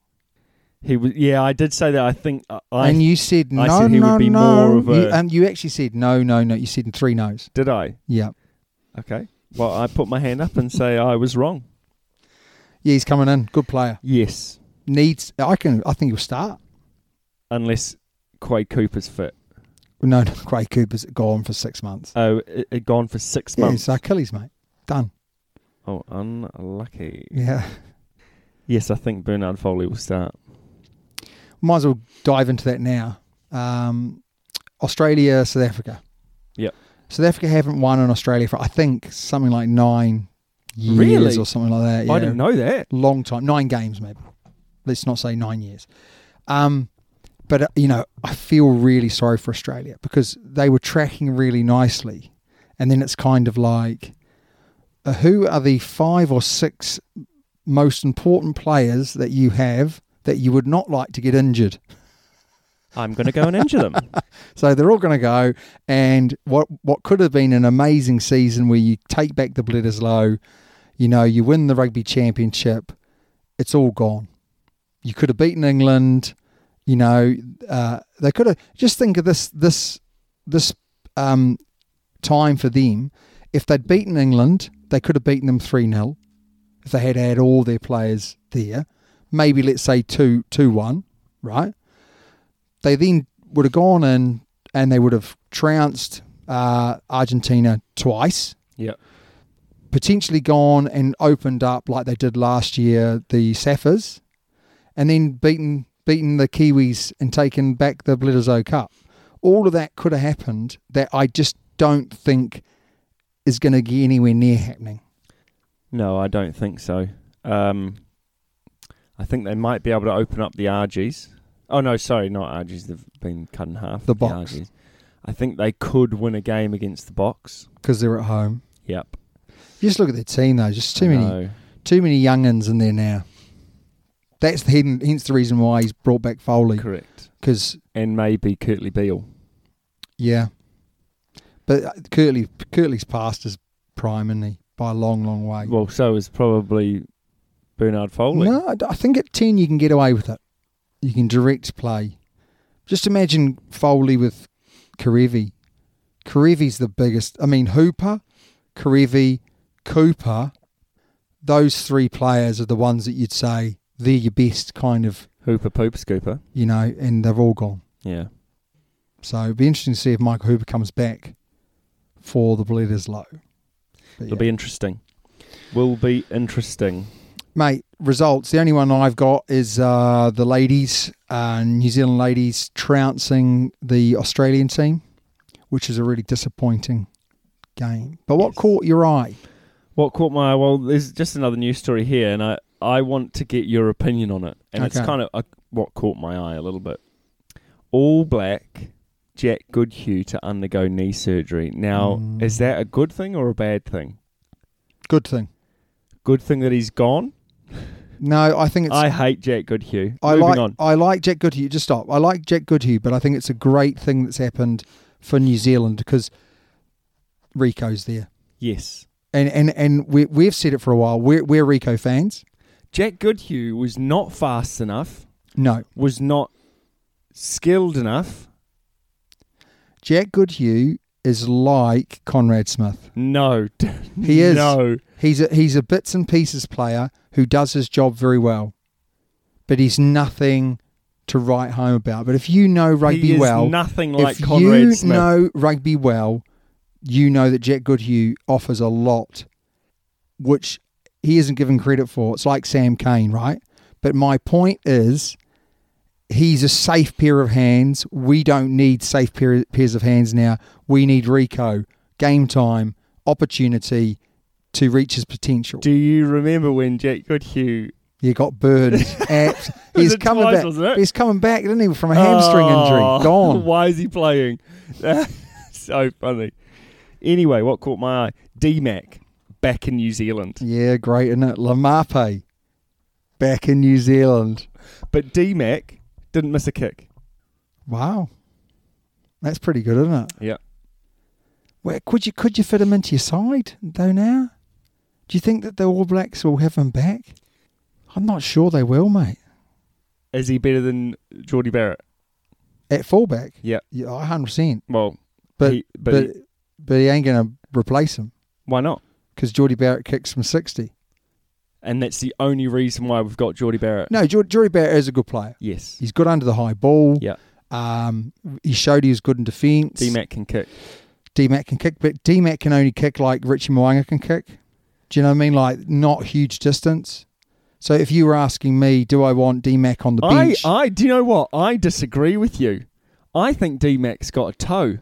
Speaker 3: He was. Yeah, I did say that. I think I- I
Speaker 2: and you said no,
Speaker 3: I said he would
Speaker 2: no,
Speaker 3: be
Speaker 2: no.
Speaker 3: more of
Speaker 2: You-
Speaker 3: a-
Speaker 2: and you actually said no, no, no. You said three no's.
Speaker 3: did. I
Speaker 2: Yeah,
Speaker 3: okay. Well, I put my hand up and say I was wrong.
Speaker 2: yeah. He's coming in. Good player.
Speaker 3: Yes,
Speaker 2: Needs. I can. I think he'll start.
Speaker 3: unless Quade Cooper's fit.
Speaker 2: No, no. [LAUGHS] Craig Cooper's gone for six months.
Speaker 3: Oh, it, it gone for six
Speaker 2: Yeah,
Speaker 3: months.
Speaker 2: so Achilles, mate. Done.
Speaker 3: Oh, unlucky.
Speaker 2: Yeah. [LAUGHS]
Speaker 3: Yes, I think Bernard Foley will start.
Speaker 2: Might as well dive into that now. Um, Australia, South Africa.
Speaker 3: Yep.
Speaker 2: South Africa haven't won in Australia for I think something like nine years
Speaker 3: Really?
Speaker 2: or something like that. Yeah.
Speaker 3: I didn't know that.
Speaker 2: Long time, nine games maybe. Let's not say nine years. Um, but uh, you know, I feel really sorry for Australia because they were tracking really nicely, and then it's kind of like, uh, who are the five or six most important players that you have that you would not like to get injured?
Speaker 3: I'm going to go and
Speaker 2: [LAUGHS]
Speaker 3: injure them.
Speaker 2: So they're all going to go, and what what could have been an amazing season where you take back the Bledisloe, you know, you win the rugby championship, it's all gone. You could have beaten England, you know, uh, they could have. Just think of this this this um, time for them. If they'd beaten England, they could have beaten them three 0 If they had had all their players there, maybe let's say two two one, right? they then would have gone in and they would have trounced uh, Argentina twice,
Speaker 3: yeah.
Speaker 2: potentially gone and opened up like they did last year the Saffers, and then beaten beaten the Kiwis and taken back the Bledisloe Cup. All of that could have happened that I just don't think is going to get anywhere near happening.
Speaker 3: No, I don't think so. Um, I think they might be able to open up the RGs. Oh no, sorry, not RGs. They've been cut in half.
Speaker 2: The box.
Speaker 3: RGs. I think they could win a game against the box.
Speaker 2: because they're at home.
Speaker 3: Yep.
Speaker 2: Just look at their team though. Just too many
Speaker 3: No.
Speaker 2: too many youngins in there now. That's the, hence the reason why he's brought back Foley
Speaker 3: Correct.
Speaker 2: because
Speaker 3: And maybe Curtly Beale.
Speaker 2: Yeah, but Curtly Curtly's past his prime, isn't he? By a long, long way.
Speaker 3: Well, so is probably Bernard Foley.
Speaker 2: no, I d- I think at ten you can get away with it. You can direct play. Just imagine Foley with Karevi. Karevi's the biggest. I mean, Hooper, Karevi, Cooper. Those three players are the ones that you'd say they're your best kind of,
Speaker 3: Hooper Poop Scooper.
Speaker 2: you know, and they've all gone.
Speaker 3: Yeah.
Speaker 2: So it'd be interesting to see if Michael Hooper comes back for the Bledisloe. But
Speaker 3: It'll
Speaker 2: yeah.
Speaker 3: be interesting. Will be interesting.
Speaker 2: mate, results. The only one I've got is uh, the ladies, uh, New Zealand ladies trouncing the Australian team, which is a really disappointing game. But what
Speaker 3: Yes.
Speaker 2: caught your eye?
Speaker 3: What caught my eye? Well, there's just another news story here, and I, I want to get your opinion on it. And it's
Speaker 2: Okay.
Speaker 3: kind of uh, what caught my eye a little bit. All black Jack Goodhue to undergo knee surgery. Now,
Speaker 2: Mm.
Speaker 3: is that a good thing or a bad thing?
Speaker 2: Good thing.
Speaker 3: Good thing that he's gone.
Speaker 2: No, I think it's.
Speaker 3: I hate Jack Goodhue.
Speaker 2: I
Speaker 3: Moving
Speaker 2: like.
Speaker 3: on.
Speaker 2: I like Jack Goodhue. Just stop. I like Jack Goodhue, but I think it's a great thing that's happened for New Zealand because Rico's there.
Speaker 3: Yes.
Speaker 2: and and and we we've said it for a while. We're we're Rico fans.
Speaker 3: Jack Goodhue was not fast enough,
Speaker 2: No,
Speaker 3: was not skilled enough.
Speaker 2: Jack Goodhue is like Conrad Smith.
Speaker 3: No, [LAUGHS]
Speaker 2: He is.
Speaker 3: No,
Speaker 2: He's a, he's a bits and pieces player who does his job very well, but he's nothing to write home about. But if you know rugby
Speaker 3: he is
Speaker 2: well,
Speaker 3: nothing like
Speaker 2: if
Speaker 3: Conrad
Speaker 2: you
Speaker 3: Smith.
Speaker 2: know rugby well, you know that Jack Goodhue offers a lot, which he isn't given credit for. It's like Sam Kane, right? But my point is, he's a safe pair of hands. We don't need safe pair, pairs of hands now. We need Rico, game time, opportunity to reach his potential.
Speaker 3: Do you remember when Jack Goodhue?
Speaker 2: You got
Speaker 3: [LAUGHS]
Speaker 2: burned. Abs-
Speaker 3: was
Speaker 2: he's
Speaker 3: it
Speaker 2: coming
Speaker 3: twice,
Speaker 2: back.
Speaker 3: wasn't it?
Speaker 2: He's coming back, didn't he, from a hamstring
Speaker 3: Oh,
Speaker 2: injury? Gone.
Speaker 3: [LAUGHS] Why is he playing? so funny. Anyway, what caught my eye? DMAC back in New Zealand,
Speaker 2: Yeah, great, isn't it? Lamape back in New Zealand.
Speaker 3: but DMAC didn't miss a kick.
Speaker 2: Wow. That's pretty good, isn't it?
Speaker 3: Yeah.
Speaker 2: Where, could you could you fit him into your side though now? Do you think that the All Blacks will have him back? I'm not sure they will, mate.
Speaker 3: Is he better than Geordie Barrett?
Speaker 2: At fullback,
Speaker 3: Yeah.
Speaker 2: yeah, 100%.
Speaker 3: Well,
Speaker 2: But
Speaker 3: he- but,
Speaker 2: but but
Speaker 3: he-
Speaker 2: he, ain't going to replace him
Speaker 3: why not?
Speaker 2: because Geordie Barrett kicks from 60.
Speaker 3: And that's the only reason why we've got Geordie Barrett.
Speaker 2: No, Geor- Geordie Barrett is a good player.
Speaker 3: Yes.
Speaker 2: He's good under the high ball.
Speaker 3: Yeah.
Speaker 2: Um, he showed he was good in defence.
Speaker 3: DMAC can kick.
Speaker 2: D-Mac can kick, but D-Mac can only kick like Richie Mwanga can kick. Do you know what I mean? Like not huge distance. So if you were asking me, do I want D-Mac on the
Speaker 3: I,
Speaker 2: bench?
Speaker 3: I, do you know what? I disagree with you. I think DMAC's got a toe.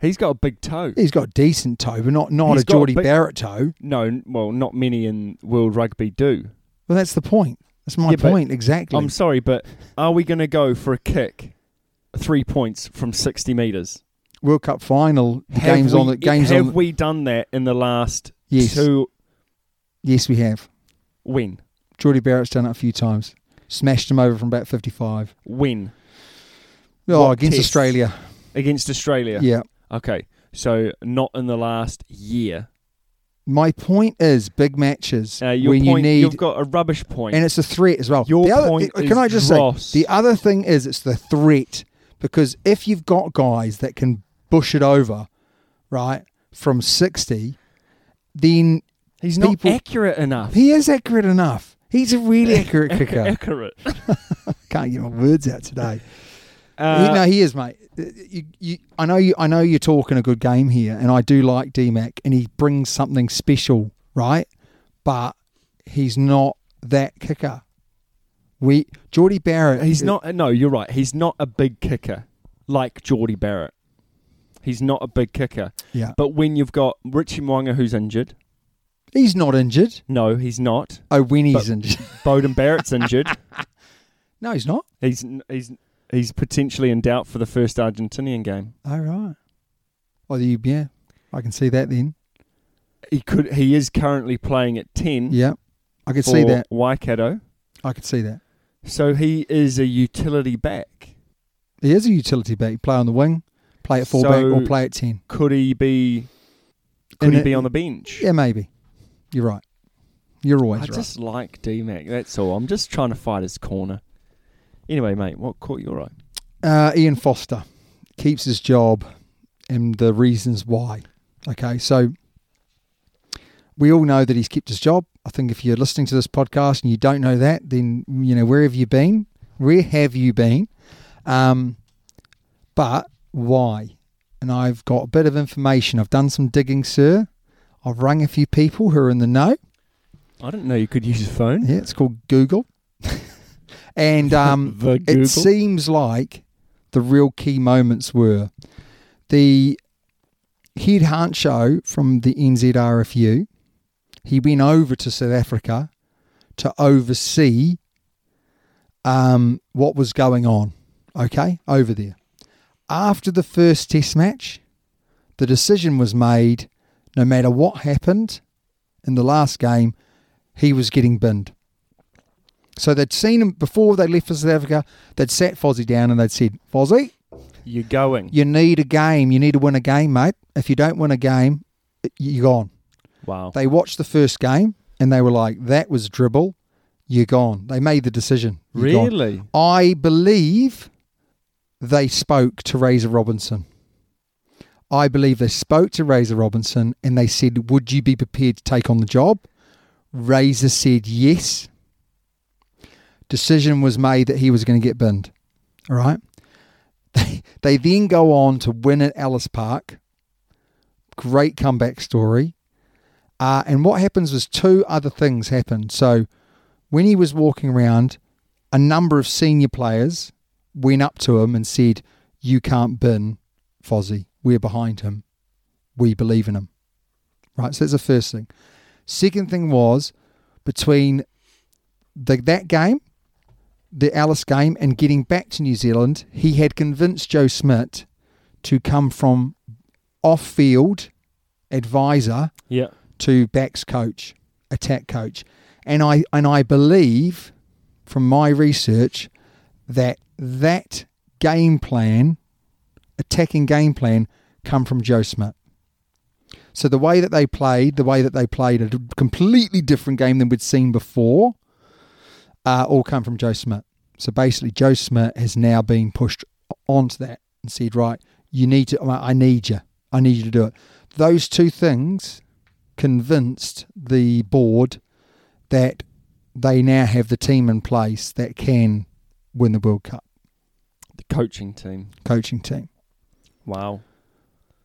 Speaker 3: He's got a big toe.
Speaker 2: He's got a decent toe, but not, not
Speaker 3: He's
Speaker 2: a
Speaker 3: got a
Speaker 2: Geordie
Speaker 3: big-
Speaker 2: Barrett toe.
Speaker 3: No, n- well, not many in world rugby do.
Speaker 2: Well, that's the point. That's my
Speaker 3: Yeah, but
Speaker 2: point exactly.
Speaker 3: I'm sorry, but are we going to go for a kick, three points from 60 meters?
Speaker 2: World Cup final
Speaker 3: Have
Speaker 2: games
Speaker 3: we,
Speaker 2: on the games
Speaker 3: Have
Speaker 2: on. the-
Speaker 3: we done that in the last
Speaker 2: Yes.
Speaker 3: two?
Speaker 2: yes, we have.
Speaker 3: When?
Speaker 2: Geordie Barrett's done it a few times. Smashed him over from about fifty-five.
Speaker 3: When
Speaker 2: Oh,
Speaker 3: What
Speaker 2: against
Speaker 3: tests?
Speaker 2: Australia.
Speaker 3: against Australia?
Speaker 2: Yeah.
Speaker 3: Okay, so not in the last year.
Speaker 2: My point is big matches
Speaker 3: Uh, your
Speaker 2: when
Speaker 3: point,
Speaker 2: you need
Speaker 3: have got a rubbish point.
Speaker 2: and it's a threat as well.
Speaker 3: Your
Speaker 2: the other,
Speaker 3: point
Speaker 2: the-
Speaker 3: is
Speaker 2: can I just
Speaker 3: dross.
Speaker 2: say the other thing is it's the threat because if you've got guys that can bush it over, right from sixty, then
Speaker 3: He's not
Speaker 2: people-
Speaker 3: accurate enough.
Speaker 2: he is accurate enough. He's a
Speaker 3: [LAUGHS]
Speaker 2: really accurate kicker.
Speaker 3: accurate.
Speaker 2: Can't get my words out today.
Speaker 3: Uh,
Speaker 2: He- no, he is, mate. You, you, I know you. I know you're talking a good game here, and I do like DMAC, and he brings something special, right? But he's not that kicker. We Geordie Barrett. uh,
Speaker 3: He's not. uh, No, you're right. He's not a big kicker like Geordie Barrett. He's not a big kicker.
Speaker 2: Yeah.
Speaker 3: But when you've got Richie Mwanga who's injured,
Speaker 2: He's not injured.
Speaker 3: no, he's not.
Speaker 2: Oh, when he's
Speaker 3: But-
Speaker 2: injured. [LAUGHS]
Speaker 3: Bowden Barrett's injured.
Speaker 2: no, he's not.
Speaker 3: He's he's he's potentially in doubt for the first Argentinian game.
Speaker 2: All right. Oh, you, yeah. I can see that then.
Speaker 3: He could. He is currently playing at ten.
Speaker 2: Yeah. I could
Speaker 3: for
Speaker 2: see that.
Speaker 3: Waikato.
Speaker 2: I could see that.
Speaker 3: So he is a utility back.
Speaker 2: He is a utility back. Play on the wing, play at fullback,
Speaker 3: So-
Speaker 2: or play at 10.
Speaker 3: Could he be? Could
Speaker 2: And
Speaker 3: he
Speaker 2: it-
Speaker 3: be on the bench?
Speaker 2: Yeah, maybe. You're right. You're
Speaker 3: I
Speaker 2: always right.
Speaker 3: just like D Mac. That's all. I'm just trying to fight his corner. Anyway, mate, what caught your eye?
Speaker 2: Uh, Ian Foster keeps his job and the reasons why. Okay, so we all know that he's kept his job. I think if you're listening to this podcast and you don't know that, then you know where have you been? Where have you been? Um, but why? And I've got a bit of information. I've done some digging, sir. I've rung a few people who are in the know.
Speaker 3: I didn't know you could use your phone.
Speaker 2: [LAUGHS] Yeah, it's called Google. and um,
Speaker 3: [LAUGHS] The Google.
Speaker 2: it seems like the real key moments were the head honcho from the NZRFU. He went over to South Africa to oversee um, what was going on, okay, over there. After the first test match, the decision was made no matter what happened in the last game, he was getting binned. So they'd seen him before they left for South Africa. They'd sat Fozzie down and they'd said, Fozzie,
Speaker 3: You're going.
Speaker 2: you need a game. You need to win a game, mate. If you don't win a game, you're gone.
Speaker 3: Wow.
Speaker 2: They watched the first game and they were like, that was dribble. You're gone. They made the decision. You're gone.
Speaker 3: really?
Speaker 2: I believe they spoke to Razor Robinson. I believe they spoke to Razor Robinson and they said, Would you be prepared to take on the job? Razor said yes. Decision was made that he was going to get binned. All right. [LAUGHS] They, they then go on to win at Ellis Park. Great comeback story. Uh, and what happens was two other things happened. So when he was walking around, a number of senior players went up to him and said, You can't bin Fozzie. We're behind him. We believe in him. Right? So that's the first thing. Second thing was between the, that game, the Alice game, and getting back to New Zealand, he had convinced Joe Smith to come from off field advisor
Speaker 3: Yeah.
Speaker 2: to backs coach, attack coach, and I and I believe from my research that that game plan, attacking game plan, come from Joe Smith. So the way that they played, the way that they played a d- completely different game than we'd seen before, uh, all come from Joe Smith. So basically, Joe Smith has now been pushed onto that and said, "Right, you need to. I I need you. I need you to do it." Those two things convinced the board that they now have the team in place that can win the World Cup
Speaker 3: The coaching team.
Speaker 2: coaching team.
Speaker 3: Wow.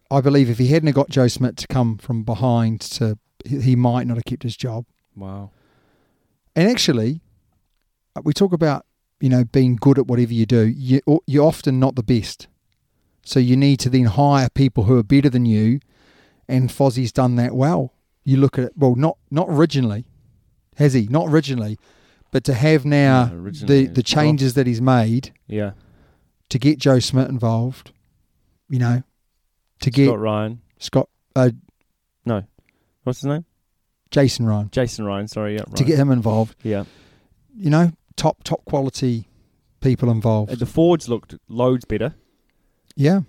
Speaker 2: I believe if he hadn't have got Joe Smith to come from behind, to he he might not have kept his job.
Speaker 3: Wow.
Speaker 2: And actually, uh, we talk about you know being good at whatever you do. You or- you're often not the best, so you need to then hire people who are better than you. And Fozzie's done that well. You look at it well, not not originally, has he? Not originally, but to have now
Speaker 3: No,
Speaker 2: the
Speaker 3: originally
Speaker 2: the
Speaker 3: it's gone.
Speaker 2: changes that he's made
Speaker 3: Yeah.
Speaker 2: to get Joe Smith involved, you know, to get
Speaker 3: Scott Ryan.
Speaker 2: Scott uh,
Speaker 3: What's his name?
Speaker 2: Jason Ryan
Speaker 3: Jason Ryan. Sorry. Yeah.
Speaker 2: to
Speaker 3: Ryan.
Speaker 2: get him involved.
Speaker 3: yeah.
Speaker 2: You know, top top quality people
Speaker 3: Uh,
Speaker 2: involved.
Speaker 3: The forwards looked loads better,
Speaker 2: Yeah.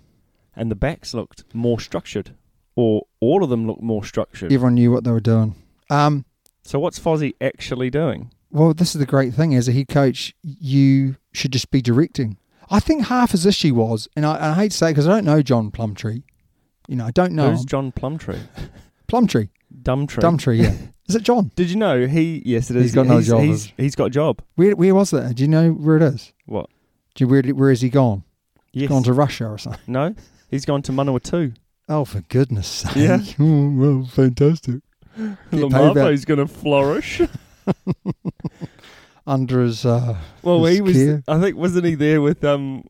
Speaker 3: and the backs looked more structured, or all of them looked more structured.
Speaker 2: everyone knew what they were doing. Um,
Speaker 3: So what's Fozzie actually doing?
Speaker 2: well, this is the great thing as a head coach, you should just be directing. I think half his issue was, and I, and I hate to say because I don't know John Plumtree. You know, I don't know
Speaker 3: Who's
Speaker 2: him.
Speaker 3: John Plumtree?
Speaker 2: Plumtree,
Speaker 3: Dumtree.
Speaker 2: Dumtree.
Speaker 3: [LAUGHS]
Speaker 2: Yeah, is it John?
Speaker 3: Did you know he? Yes, it is.
Speaker 2: He's got no
Speaker 3: he's,
Speaker 2: job,
Speaker 3: He's,
Speaker 2: has
Speaker 3: he's got a job.
Speaker 2: Where where was that? Do you know where it is?
Speaker 3: What?
Speaker 2: Do you, where where has he gone?
Speaker 3: Yes.
Speaker 2: Gone to Russia or something?
Speaker 3: no. He's gone to Manawatu.
Speaker 2: Oh, for goodness' sake! [LAUGHS]
Speaker 3: Yeah.
Speaker 2: Oh, well, fantastic. Get paid back
Speaker 3: Lamapo's going to flourish.
Speaker 2: under his. Uh,
Speaker 3: well,
Speaker 2: His
Speaker 3: he was.
Speaker 2: care.
Speaker 3: I think wasn't he there with um,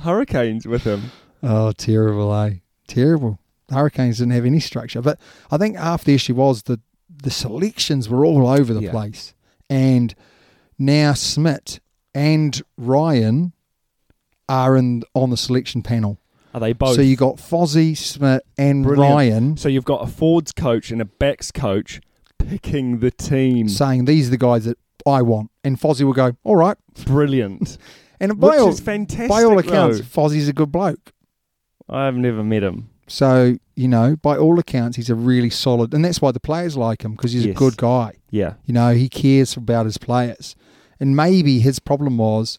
Speaker 3: hurricanes with him?
Speaker 2: Oh, terrible, eh? Terrible. The Hurricanes didn't have any structure. But I think half the issue was that the selections were all over the
Speaker 3: Yeah.
Speaker 2: place. And now Smith and Ryan are in on the selection panel.
Speaker 3: Are they both?
Speaker 2: So you got Fozzie, Smith and
Speaker 3: Brilliant.
Speaker 2: Ryan
Speaker 3: So you've got a forwards coach and a backs coach picking the team.
Speaker 2: saying these are the guys that I want. And Fozzie will go, All right.
Speaker 3: Brilliant.
Speaker 2: And [LAUGHS] by
Speaker 3: Which
Speaker 2: all,
Speaker 3: is fantastic.
Speaker 2: by all accounts,
Speaker 3: though.
Speaker 2: Fozzie's a good bloke.
Speaker 3: I've never met him.
Speaker 2: So, you know, by all accounts, he's a really solid. And that's why the players like him because he's
Speaker 3: Yes.
Speaker 2: a good guy.
Speaker 3: Yeah.
Speaker 2: You know, he cares about his players. And maybe his problem was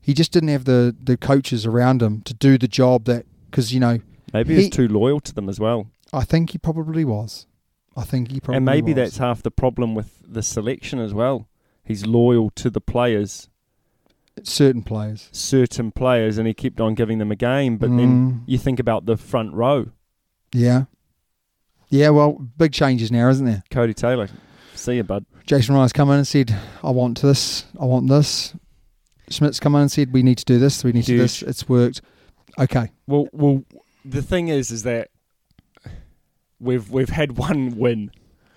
Speaker 2: he just didn't have the, the coaches around him to do the job that, because, you know,
Speaker 3: Maybe
Speaker 2: He-
Speaker 3: he's too loyal to them as well.
Speaker 2: I think he probably was. I think he probably
Speaker 3: and maybe
Speaker 2: was.
Speaker 3: that's half the problem with the selection as well. He's loyal to the players,
Speaker 2: certain players.
Speaker 3: certain players, and he kept on giving them a game. But then
Speaker 2: Mm.
Speaker 3: you think about the front row,
Speaker 2: Yeah. Yeah, well, big changes now, isn't there?
Speaker 3: Cody Taylor. See you, bud.
Speaker 2: Jason Ryan's come in and said, I want this, I want this. Schmidt's come in and said, we need to do this, we need to do this.
Speaker 3: Huge.
Speaker 2: It's worked. Okay.
Speaker 3: Well, well, the thing is, is that we've we've had one win.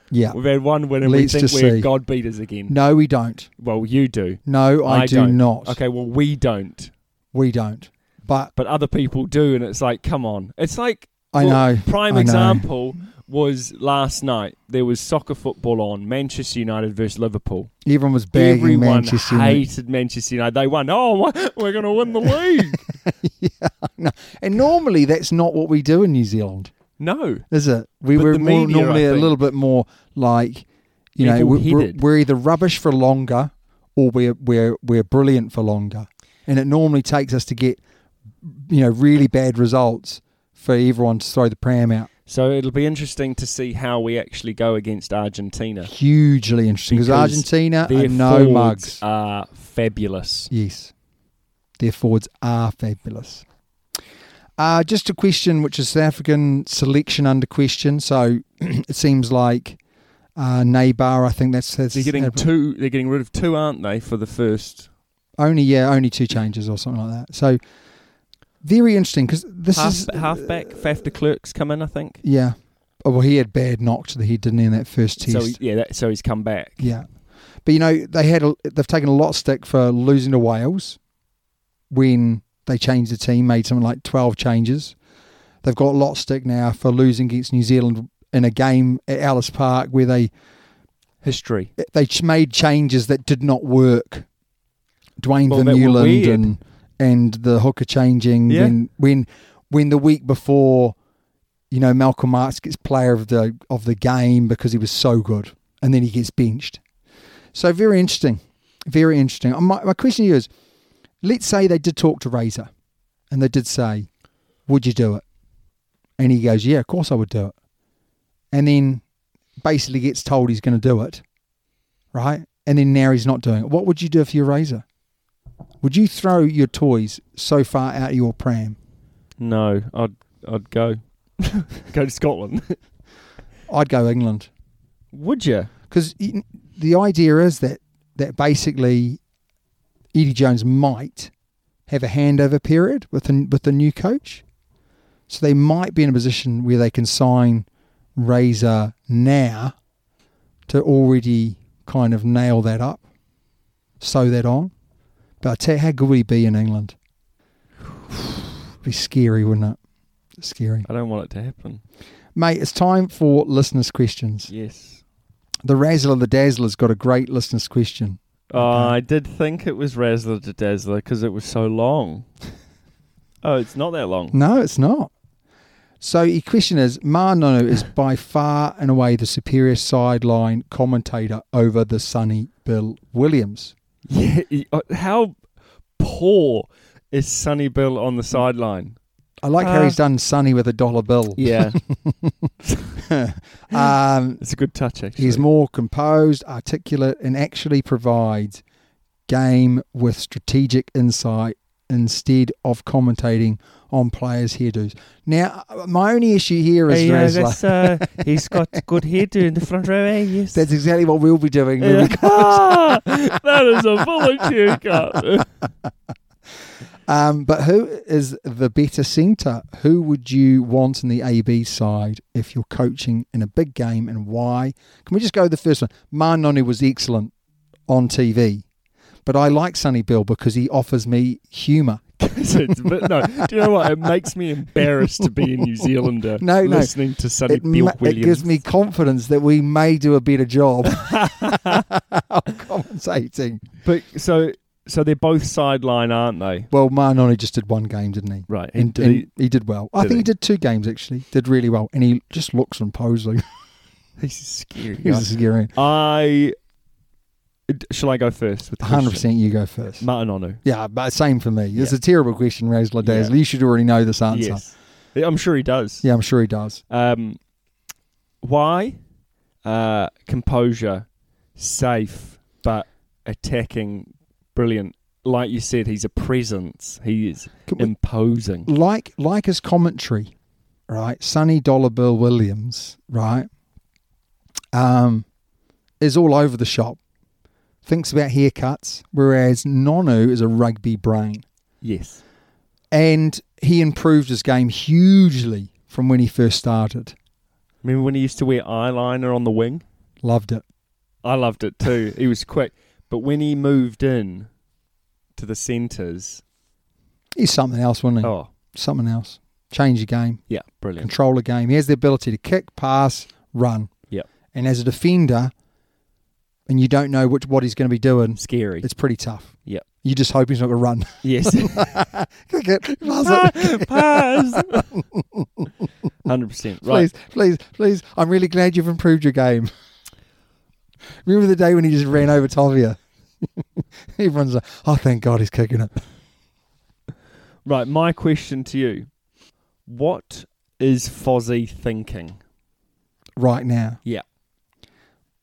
Speaker 2: Yeah.
Speaker 3: We've had one win, and
Speaker 2: Let's
Speaker 3: we think
Speaker 2: just
Speaker 3: we're
Speaker 2: see.
Speaker 3: god beaters again.
Speaker 2: No, we don't.
Speaker 3: Well, you do.
Speaker 2: No, I,
Speaker 3: I
Speaker 2: do
Speaker 3: don't.
Speaker 2: not.
Speaker 3: Okay, well, we don't,
Speaker 2: We don't. But
Speaker 3: but other people do, and it's like, come on. It's like
Speaker 2: I
Speaker 3: Well,
Speaker 2: know.
Speaker 3: Prime
Speaker 2: I know.
Speaker 3: example was last night. There was soccer football on Manchester United versus Liverpool.
Speaker 2: Everyone was bagging
Speaker 3: Everyone
Speaker 2: Manchester United.
Speaker 3: hated Manchester United. They won. Oh,
Speaker 2: [LAUGHS]
Speaker 3: we're going to win the league.
Speaker 2: And normally that's not what we do in New Zealand.
Speaker 3: No.
Speaker 2: is it? We
Speaker 3: But
Speaker 2: were
Speaker 3: the
Speaker 2: more
Speaker 3: media, I
Speaker 2: normally a
Speaker 3: think-
Speaker 2: little bit more like, you know, we- we're,
Speaker 3: Level-headed.
Speaker 2: we're either rubbish for longer or we're we're we're brilliant for longer, and it normally takes us to get, you know, really bad results for everyone to throw the pram out.
Speaker 3: So it'll be interesting to see how we actually go against Argentina.
Speaker 2: Hugely interesting because
Speaker 3: Because
Speaker 2: Argentina
Speaker 3: Their
Speaker 2: are Uh, no
Speaker 3: forwards
Speaker 2: mugs.
Speaker 3: are fabulous.
Speaker 2: Yes. Their forwards are fabulous. Uh, just a question, which is South African selection under question. So [CLEARS THROAT] it seems like uh, Neighbour, I think that's, that's
Speaker 3: They're getting two. They're getting rid of two, aren't they, for the first
Speaker 2: only yeah, only two changes or something like that. So very interesting because this
Speaker 3: half
Speaker 2: is uh,
Speaker 3: halfback? Faf de Klerk's come in, I think.
Speaker 2: yeah. Oh, well, he had bad knocks that he didn't in that first test.
Speaker 3: So he- yeah, that, so he's come back.
Speaker 2: Yeah, but you know they had a, they've taken a lot of stick for losing to Wales when they changed the team, made something like twelve changes. They've got a lot of stick now for losing against New Zealand in a game at Alice Park where they
Speaker 3: History.
Speaker 2: they ch- made changes that did not work. Dwayne
Speaker 3: Well,
Speaker 2: Van
Speaker 3: that were
Speaker 2: Newland
Speaker 3: weird.
Speaker 2: and and the hooker changing
Speaker 3: Yeah.
Speaker 2: when when when the week before, you know, Malcolm Marks gets player of the of the game because he was so good, and then he gets benched. So very interesting, very interesting. Uh, My, my question to you is, let's say they did talk to Razor, and they did say, "Would you do it?" And he goes, "Yeah, of course I would do it." And then basically gets told he's going to do it, right? And then now he's not doing it. What would you do if you're Razor? Would you throw your toys so far out of your pram?
Speaker 3: No, I'd
Speaker 2: [LAUGHS]
Speaker 3: I'd go go to Scotland.
Speaker 2: I'd go England
Speaker 3: [LAUGHS] Would you?
Speaker 2: because the idea is that that basically Eddie Jones might have a handover period with the, with the new coach, so they might be in a position where they can sign Razor now to already kind of nail that up, sew that on. But I tell you, how good would he be in England? [SIGHS] be scary, wouldn't it? Scary,
Speaker 3: I don't want it to happen.
Speaker 2: mate. It's time for listeners' questions.
Speaker 3: Yes.
Speaker 2: The Razzler the Dazzler's got a great listener's question.
Speaker 3: Oh, I did think it was Razzler to Dazzler because it was so
Speaker 2: [LAUGHS]
Speaker 3: long. oh, it's not that long.
Speaker 2: No, it's not. So the question is, Ma
Speaker 3: [COUGHS]
Speaker 2: Nono is by far and away the superior sideline commentator over the sunny Bill Williams.
Speaker 3: Yeah, he- uh, how poor is Sonny Bill on the sideline?
Speaker 2: I like how
Speaker 3: Uh,
Speaker 2: he's done Sunny with a dollar bill.
Speaker 3: Yeah,
Speaker 2: Um,
Speaker 3: it's a good touch actually.
Speaker 2: he's more composed, articulate, and actually provides game with strategic insight instead of commentating on players' hairdos. Now, uh, my only issue here is Razzler.
Speaker 3: uh, he's got good hairdo in the front row. Eh? Yes, [LAUGHS] Ah,
Speaker 2: That's exactly what we'll be doing. when we come-
Speaker 3: that is a bullet [LAUGHS] haircut.
Speaker 2: Um, but who is the better centre? Who would you want in the AB side if you're coaching in a big game and why? Can we just go with the first one? Manoni was excellent on TV, but I like Sonny Bill because he offers me humour.
Speaker 3: but no, do you know what? It makes me embarrassed to [LAUGHS] be a New Zealander.
Speaker 2: No, no.
Speaker 3: listening to Sonny
Speaker 2: It,
Speaker 3: Bill
Speaker 2: ma- it
Speaker 3: Williams.
Speaker 2: gives me confidence that we may do a better job [LAUGHS] of commentating.
Speaker 3: But so, so they're both sideline, aren't they?
Speaker 2: Well, Manoni just did one game, didn't he?
Speaker 3: Right.
Speaker 2: And,
Speaker 3: did
Speaker 2: and
Speaker 3: he-
Speaker 2: he did well. I
Speaker 3: did
Speaker 2: think he
Speaker 3: he?
Speaker 2: did two games actually. Did really well, and he just looks imposing.
Speaker 3: he's a scary.
Speaker 2: He
Speaker 3: guy.
Speaker 2: was scary.
Speaker 3: I d- shall I go first with the
Speaker 2: Hundred
Speaker 3: question?
Speaker 2: percent, you go first.
Speaker 3: Martin Onu.
Speaker 2: yeah, but same for me. It's a terrible question, Razzler Dazzler. You should already know this answer.
Speaker 3: Yes, Yeah, I'm sure he does.
Speaker 2: Yeah, I'm sure he does.
Speaker 3: Um, why? Uh, composure, safe, but attacking, brilliant. Like you said, he's a presence. He is
Speaker 2: Can we-
Speaker 3: imposing.
Speaker 2: Like like his commentary, right? Sonny Dollar Bill Williams, right? Um, is all over the shop. Thinks about haircuts, whereas Nonu is a rugby brain.
Speaker 3: Yes.
Speaker 2: And he improved his game hugely from when he first started.
Speaker 3: Remember when he used to wear eyeliner on the wing?
Speaker 2: Loved it.
Speaker 3: I loved it too. he was quick, but when he moved in to the centres,
Speaker 2: He's something else, wasn't he?
Speaker 3: oh
Speaker 2: Something else. Change your game.
Speaker 3: yeah, brilliant.
Speaker 2: control the game. He has the ability to kick, pass, run.
Speaker 3: Yep.
Speaker 2: And as a defender, and you don't know which what he's going to be doing,
Speaker 3: Scary.
Speaker 2: it's pretty tough.
Speaker 3: Yep.
Speaker 2: You just hope he's not going to run. [LAUGHS]
Speaker 3: Yes. [LAUGHS]
Speaker 2: Kick it, pass it. [LAUGHS]
Speaker 3: Pass. Hundred percent. Right.
Speaker 2: Please, please, please. I'm really glad you've improved your game. Remember the day when he just ran over top of [LAUGHS] you? Everyone's like, oh, thank God he's kicking it.
Speaker 3: Right. My question to you: What is Fozzie thinking?
Speaker 2: Right now.
Speaker 3: Yeah.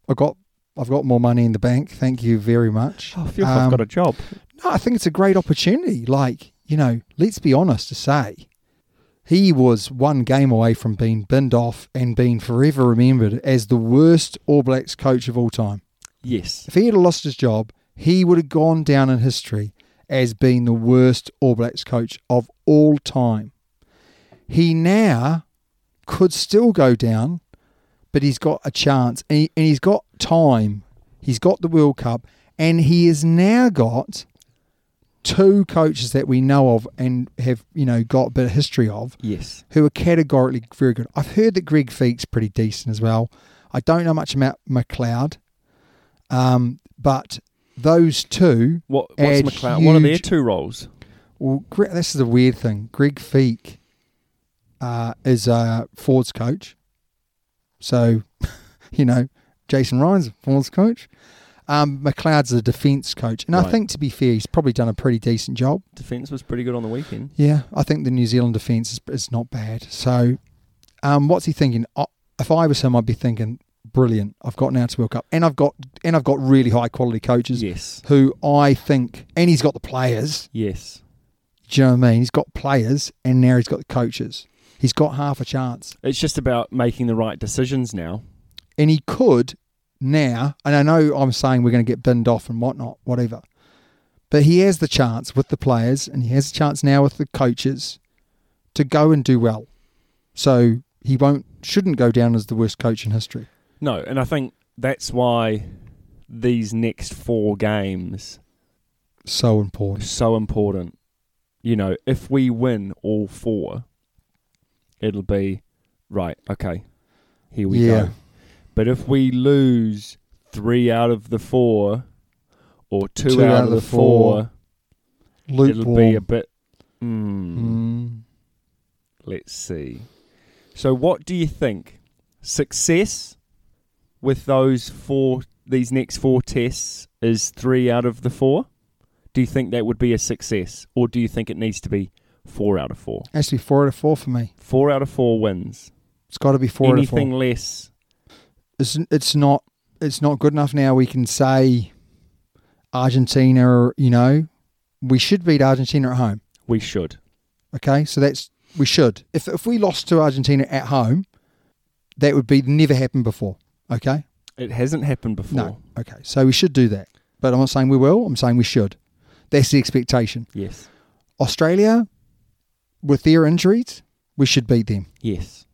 Speaker 2: I've got I've got more money in the bank. Thank you very much.
Speaker 3: Oh, I feel
Speaker 2: Um,
Speaker 3: I've got a job.
Speaker 2: No, I think it's a great opportunity. Like, you know, let's be honest to say, he was one game away from being binned off and being forever remembered as the worst All Blacks coach of all time.
Speaker 3: Yes.
Speaker 2: If he had lost his job, he would have gone down in history as being the worst All Blacks coach of all time. He now could still go down, but he's got a chance and, he, and he's got time. He's got the World Cup, and he has now got two coaches that we know of and have you know got a bit of history of
Speaker 3: Yes.
Speaker 2: who are categorically very good. I've heard that Greg Feek's pretty decent as well. I don't know much about McLeod, um, but those two.
Speaker 3: What? What's
Speaker 2: add
Speaker 3: McLeod? What are their
Speaker 2: huge-
Speaker 3: two roles?
Speaker 2: Well, Gre- this is a weird thing. Greg Feek uh, is uh, Ford's coach, so [LAUGHS] you know Jason Ryan's Ford's coach. Um, McLeod's the defence coach, and I
Speaker 3: Right.
Speaker 2: think to be fair, he's probably done a pretty decent job.
Speaker 3: Defense was pretty good on the weekend.
Speaker 2: Yeah, I think the New Zealand defence is, is not bad. So, um, what's he thinking? I, if I was him, I'd be thinking, brilliant. I've got now to World Cup, and I've got and I've got really high quality coaches
Speaker 3: Yes.
Speaker 2: who I think, and he's got the players.
Speaker 3: Yes.
Speaker 2: Do you know what I mean? He's got players, and now he's got the coaches. He's got half a chance,
Speaker 3: It's just about making the right decisions now.
Speaker 2: and he could now. And I know I'm saying we're going to get binned off and whatnot, whatever. But he has the chance with the players, and he has a chance now with the coaches to go and do well. So he won't, shouldn't go down as the worst coach in history.
Speaker 3: No, and I think that's why these next four games
Speaker 2: So
Speaker 3: are
Speaker 2: important.
Speaker 3: so important. You know, if we win all four, it'll be right. Okay, here we
Speaker 2: Yeah.
Speaker 3: go. But if we lose three out of the four, or two, out, of the 4 it'll
Speaker 2: Lukewarm.
Speaker 3: be a bit. Mm,
Speaker 2: Mm.
Speaker 3: Let's see. So, what do you think? Success with those four, these next four tests is three out of the four. Do you think that would be a success, or do you think it needs to be four out of four?
Speaker 2: Actually, four out of four for me.
Speaker 3: Four out of four wins.
Speaker 2: It's got to be four out of four.
Speaker 3: Anything less?
Speaker 2: it's it's not it's not good enough now. We can say Argentina, or, you know, we should beat Argentina at home.
Speaker 3: We should.
Speaker 2: Okay, so that's we should. If if we lost to Argentina at home, that would be never happened before. Okay,
Speaker 3: It hasn't happened before.
Speaker 2: no, okay, so we should do that. But I'm not saying we will. I'm saying we should. That's the expectation.
Speaker 3: Yes.
Speaker 2: Australia, with their injuries, we should beat them.
Speaker 3: Yes.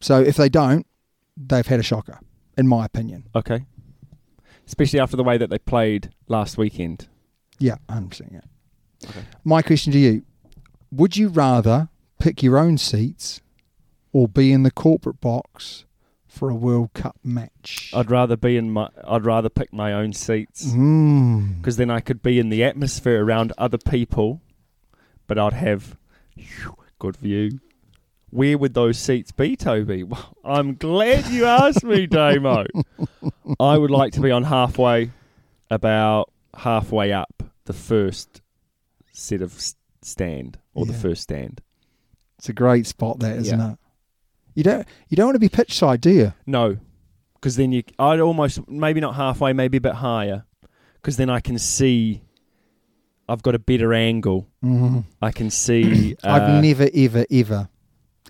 Speaker 2: So if they don't, they've had a shocker, in my opinion.
Speaker 3: Okay. Especially after the way that they played last weekend.
Speaker 2: Yeah, hundred percent. Yeah.
Speaker 3: Okay.
Speaker 2: My question to you: Would you rather pick your own seats or be in the corporate box for a World Cup match?
Speaker 3: I'd rather be in my. I'd rather pick my own seats.
Speaker 2: Mm.
Speaker 3: because then I could be in the atmosphere around other people, but I'd have phew, good view. Where would those seats be, Toby? [LAUGHS] Well, I'm glad you asked me, Damo. I would like to be on halfway, about halfway up the first set of s- stand or the
Speaker 2: Yeah.
Speaker 3: first stand.
Speaker 2: It's a great spot, that isn't
Speaker 3: Yeah.
Speaker 2: it? You don't you don't want to be pitch side, do you?
Speaker 3: No, because then you. I'd almost maybe not halfway, maybe a bit higher, because then I can see. I've got a better angle.
Speaker 2: Mm.
Speaker 3: I can see. Uh,
Speaker 2: [CLEARS THROAT] I've never, ever, ever,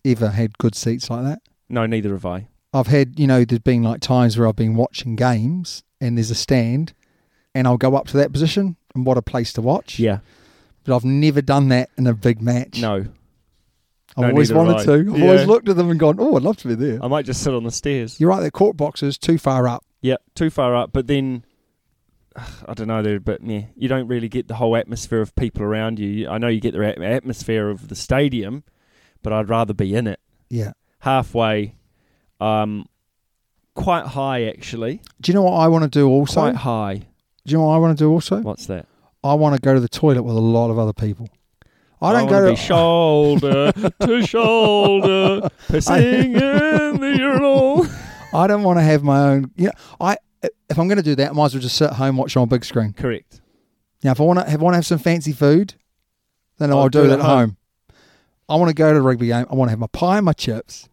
Speaker 2: ever had good seats like that.
Speaker 3: No, neither have I.
Speaker 2: I've had, you know, there's been like times where I've been watching games and there's a stand, and I'll go up to that position, and what a place to watch.
Speaker 3: Yeah.
Speaker 2: But I've never done that in a big match.
Speaker 3: No.
Speaker 2: I've
Speaker 3: No,
Speaker 2: always
Speaker 3: neither
Speaker 2: wanted
Speaker 3: have I.
Speaker 2: to. I've always
Speaker 3: Yeah. Um,
Speaker 2: looked at them and gone, oh, I'd love to be there.
Speaker 3: I might just sit on the stairs.
Speaker 2: You're right, that court box is too far up.
Speaker 3: Yeah, too far up. But then, I don't know, they're a bit meh. You don't really get the whole atmosphere of people around you. You- I know you get the at- atmosphere of the stadium, but I'd rather be in it.
Speaker 2: Yeah.
Speaker 3: Halfway, um, quite high, actually.
Speaker 2: Do you know what I want to do also?
Speaker 3: Quite high.
Speaker 2: Do you know what I want to do also?
Speaker 3: What's that?
Speaker 2: I want to go to the toilet with a lot of other people. I don't
Speaker 3: wanna
Speaker 2: go
Speaker 3: be
Speaker 2: to.
Speaker 3: shoulder
Speaker 2: [LAUGHS]
Speaker 3: to shoulder, pissing in the urinal.
Speaker 2: I don't want to have my own. You know, I if I'm going to do that, I might as well just sit at home watch it on big screen.
Speaker 3: Correct.
Speaker 2: Now, if I want to have want to have some fancy food, then I'll,
Speaker 3: I'll
Speaker 2: do it at home. I want to go to a rugby game. I want to have my pie and my chips.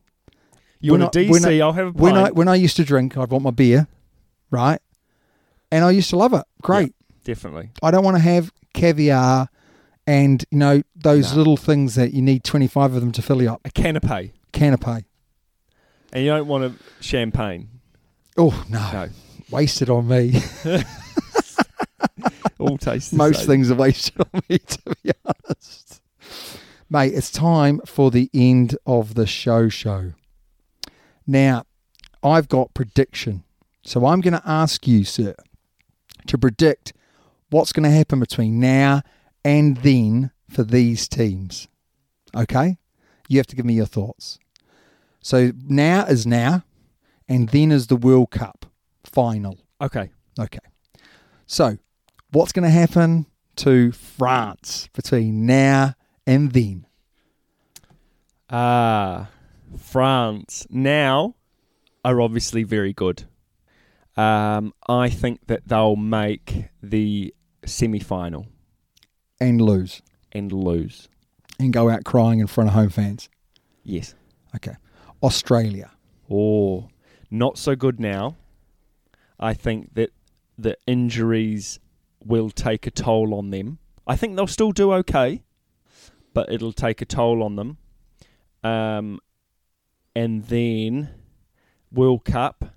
Speaker 3: You
Speaker 2: When
Speaker 3: want a
Speaker 2: I- when
Speaker 3: DC? I'll have a
Speaker 2: When I
Speaker 3: pint.
Speaker 2: when I used to drink, I'd want my beer, right? And I used to love it. Great.
Speaker 3: Definitely.
Speaker 2: I don't want to have caviar and you know those
Speaker 3: No.
Speaker 2: little things that you need 25 of them to fill you up.
Speaker 3: A canapé.
Speaker 2: Canapé.
Speaker 3: And you don't want a champagne.
Speaker 2: Oh no.
Speaker 3: No.
Speaker 2: wasted on me. [LAUGHS]
Speaker 3: All tastes the
Speaker 2: Most
Speaker 3: same.
Speaker 2: things are wasted on me, to [LAUGHS] be honest. Mate, it's time for the end of the show show. Now, I've got prediction. So I'm going to ask you, sir, to predict what's going to happen between now and then for these teams. Okay? You have to give me your thoughts. So now is now, and then is the World Cup final.
Speaker 3: Okay.
Speaker 2: Okay. So, what's going to happen to France between now and then?
Speaker 3: Ah, France now are obviously very good. Um, I think that they'll make the semi-final
Speaker 2: And lose
Speaker 3: and lose.
Speaker 2: and go out crying in front of home fans.
Speaker 3: Yes.
Speaker 2: Okay. Australia.
Speaker 3: Oh, not so good now. I think that the injuries will take a toll on them. I think they'll still do okay, but it'll take a toll on them. Um, and then World Cup,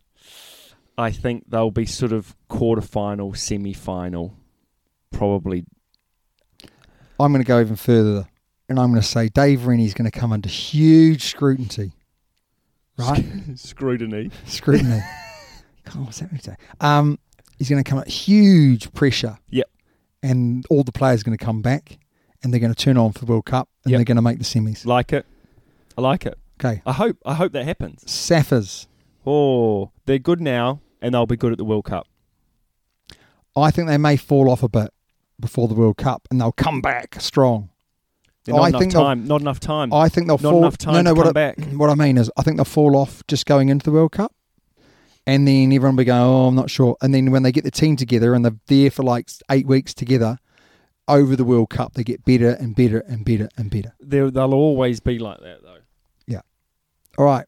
Speaker 3: I think they'll be sort of quarter final, semi final, probably.
Speaker 2: I'm going to go even further and I'm going to say Dave Rennie's going to come under huge scrutiny.
Speaker 3: [LAUGHS]
Speaker 2: Right?
Speaker 3: Scrutiny.
Speaker 2: scrutiny. God, what's that mean to say? Um, he's going to come at huge pressure.
Speaker 3: Yep.
Speaker 2: And all the players are going to come back and they're going to turn on for the World Cup and
Speaker 3: Yep.
Speaker 2: they're going to make the semis.
Speaker 3: Like it. I like it.
Speaker 2: Okay.
Speaker 3: I hope. I hope that happens.
Speaker 2: Saffers.
Speaker 3: Oh, they're good now, and they'll be good at the World Cup.
Speaker 2: I think they may fall off a bit before the World Cup, and they'll come back strong.
Speaker 3: They're Not
Speaker 2: I
Speaker 3: enough
Speaker 2: think they'll-
Speaker 3: time. Not enough time.
Speaker 2: I think they'll
Speaker 3: Not
Speaker 2: fall.
Speaker 3: enough time
Speaker 2: no, no.
Speaker 3: to
Speaker 2: what,
Speaker 3: come
Speaker 2: I,
Speaker 3: back.
Speaker 2: what I mean is, I think they'll fall off just going into the World Cup, and then everyone will go, "Oh, I'm not sure." And then when they get the team together and they're there for like eight weeks together over the World Cup, they get better and better and better and better.
Speaker 3: They're, they'll always be like that, though.
Speaker 2: All right,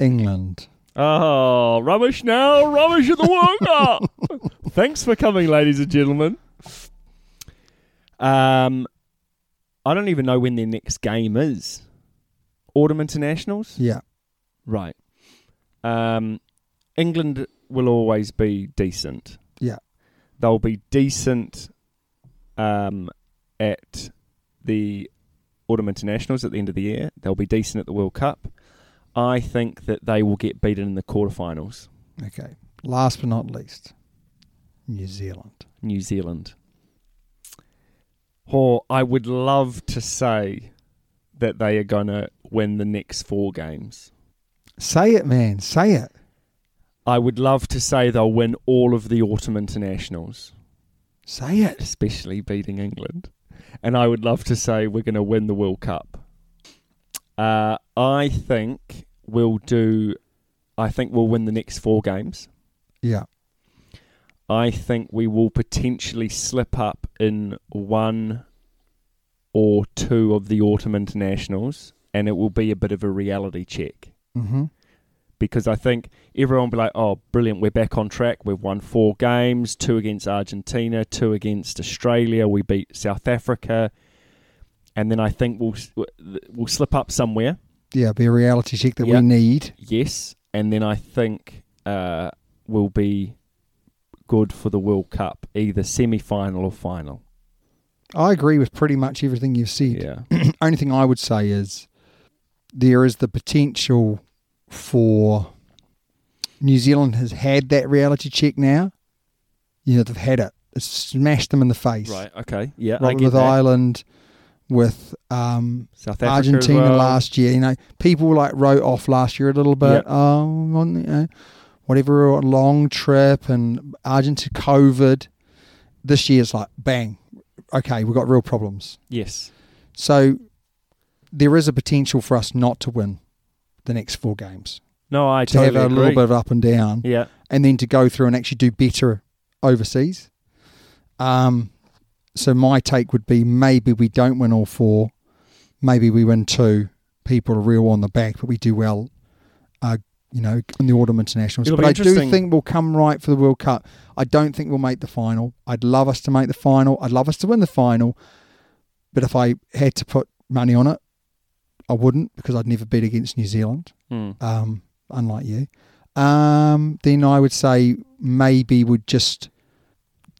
Speaker 2: England.
Speaker 3: Oh, rubbish now, rubbish at the World Cup. [LAUGHS] Thanks for coming, ladies and gentlemen. Um, I don't even know when their next game is. Autumn internationals,
Speaker 2: Yeah,
Speaker 3: right? Um, England will always be decent.
Speaker 2: Yeah.
Speaker 3: they'll be decent. Um, at the Autumn Internationals at the end of the year. They'll be decent at the World Cup. I think that they will get beaten in the quarterfinals.
Speaker 2: okay. Last but not least, New Zealand.
Speaker 3: New Zealand. Or I would love to say that they are going to win the next four games.
Speaker 2: Say it, man. Say it.
Speaker 3: I would love to say they'll win all of the Autumn Internationals,
Speaker 2: Say it.
Speaker 3: especially beating England. And I would love to say we're going to win the World Cup. Uh, I think we'll do. I think we'll win the next four games.
Speaker 2: Yeah.
Speaker 3: I think we will potentially slip up in one or two of the autumn internationals, and it will be a bit of a reality check
Speaker 2: Mm-hmm.
Speaker 3: because I think everyone will be like, "Oh, brilliant! We're back on track. We've won four games: two against Argentina, two against Australia. We beat South Africa." And then I think we'll s- we'll slip up somewhere,
Speaker 2: Yeah, be a reality check that
Speaker 3: Yeah.
Speaker 2: we need.
Speaker 3: yes. And then I think uh, we'll be good for the World Cup, either semi-final or final.
Speaker 2: I agree with pretty much everything you've said.
Speaker 3: Yeah.
Speaker 2: [CLEARS THROAT] Only thing I would say is there is the potential for New Zealand has had that reality check now. You know, they've had it. It's smashed them in the face.
Speaker 3: Right. Okay. Yeah. I
Speaker 2: Right
Speaker 3: get
Speaker 2: with
Speaker 3: that.
Speaker 2: Ireland, with um,
Speaker 3: South Africa as
Speaker 2: Argentina
Speaker 3: well.
Speaker 2: last year. You know, people like wrote off last year a little bit.
Speaker 3: Yep.
Speaker 2: Oh, on the, you know, whatever, a long trip and Argentina COVID, this year's like bang, okay, we've got real problems.
Speaker 3: Yes.
Speaker 2: So there is a potential for us not to win the next four games.
Speaker 3: No, I
Speaker 2: To
Speaker 3: totally
Speaker 2: have a
Speaker 3: agree.
Speaker 2: little bit of up and down
Speaker 3: Yeah.
Speaker 2: and then to go through and actually do better overseas. Um, so my take would be maybe we don't win all four, maybe we win two. People are real on the back, but we do well, uh, you know, in the autumn internationals.
Speaker 3: It'll
Speaker 2: but
Speaker 3: be
Speaker 2: I do
Speaker 3: interesting.
Speaker 2: think we'll come right for the World Cup. I don't think we'll make the final. I'd love us to make the final. I'd love us to win the final. But if I had to put money on it, I wouldn't because I'd never bet against New Zealand
Speaker 3: Mm.
Speaker 2: um, unlike you, um, then I would say maybe would just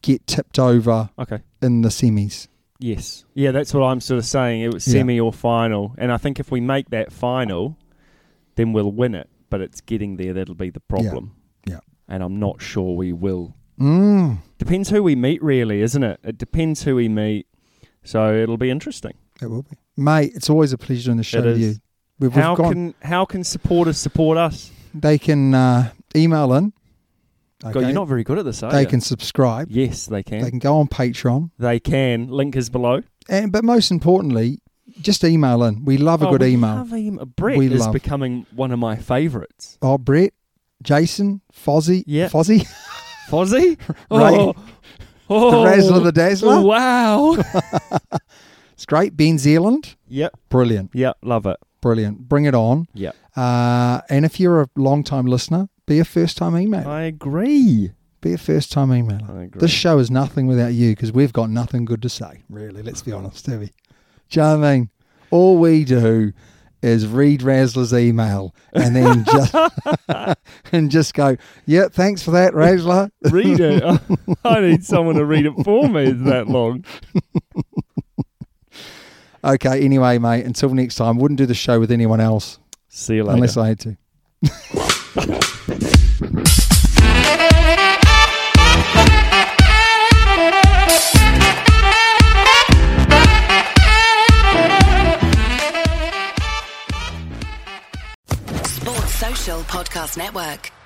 Speaker 2: get tipped over
Speaker 3: Okay.
Speaker 2: in the semis.
Speaker 3: Yes. Yeah, that's what I'm sort of saying. It was
Speaker 2: Yeah.
Speaker 3: semi or final. And I think if we make that final, then we'll win it. But it's getting there that'll be the problem.
Speaker 2: Yeah.
Speaker 3: And I'm not sure we will.
Speaker 2: Mm,
Speaker 3: Depends who we meet, really, isn't it? It depends who we meet. So it'll be interesting.
Speaker 2: it will be, mate. It's always a pleasure doing the show
Speaker 3: It
Speaker 2: with
Speaker 3: is.
Speaker 2: you. We've, we've
Speaker 3: how
Speaker 2: gone-
Speaker 3: can how can supporters support us?
Speaker 2: they can uh, email in?
Speaker 3: God, you're not very good at this, are
Speaker 2: they
Speaker 3: you?
Speaker 2: can subscribe.
Speaker 3: Yes, they can.
Speaker 2: They can go on Patreon,
Speaker 3: They can. Link is below.
Speaker 2: and but most importantly, just email in. We love a
Speaker 3: Oh,
Speaker 2: good
Speaker 3: we
Speaker 2: email.
Speaker 3: love email. Brett
Speaker 2: We
Speaker 3: is
Speaker 2: love-
Speaker 3: becoming one of my favourites.
Speaker 2: oh, Brett, Jason, Fozzie,
Speaker 3: Yeah.
Speaker 2: Fozzie, [LAUGHS]
Speaker 3: Fozzie?
Speaker 2: Right.
Speaker 3: Oh,
Speaker 2: the
Speaker 3: oh,
Speaker 2: Razzler, the Dazzler.
Speaker 3: Wow.
Speaker 2: It's great. Ben Zealand,
Speaker 3: [LAUGHS] yep.
Speaker 2: brilliant,
Speaker 3: Yep. Love it.
Speaker 2: brilliant. Bring it on.
Speaker 3: Yep.
Speaker 2: Uh, and if you're a long time listener, be a first time emailer.
Speaker 3: I agree.
Speaker 2: Be a first time emailer.
Speaker 3: I agree.
Speaker 2: This show is nothing without you because we've got nothing good to say, really. Let's be honest, have we? Do you know what I mean? All we do is read Razzler's email and
Speaker 3: [LAUGHS]
Speaker 2: then just [LAUGHS] and just go, yeah, thanks for that,
Speaker 3: [LAUGHS]
Speaker 2: Razzler.
Speaker 3: read it. I need someone to read it for me. It's that long.
Speaker 2: Okay, anyway, mate, until next time, wouldn't do the show with anyone else
Speaker 3: See you later.
Speaker 2: unless I had to.
Speaker 1: Sports Social Podcast Network.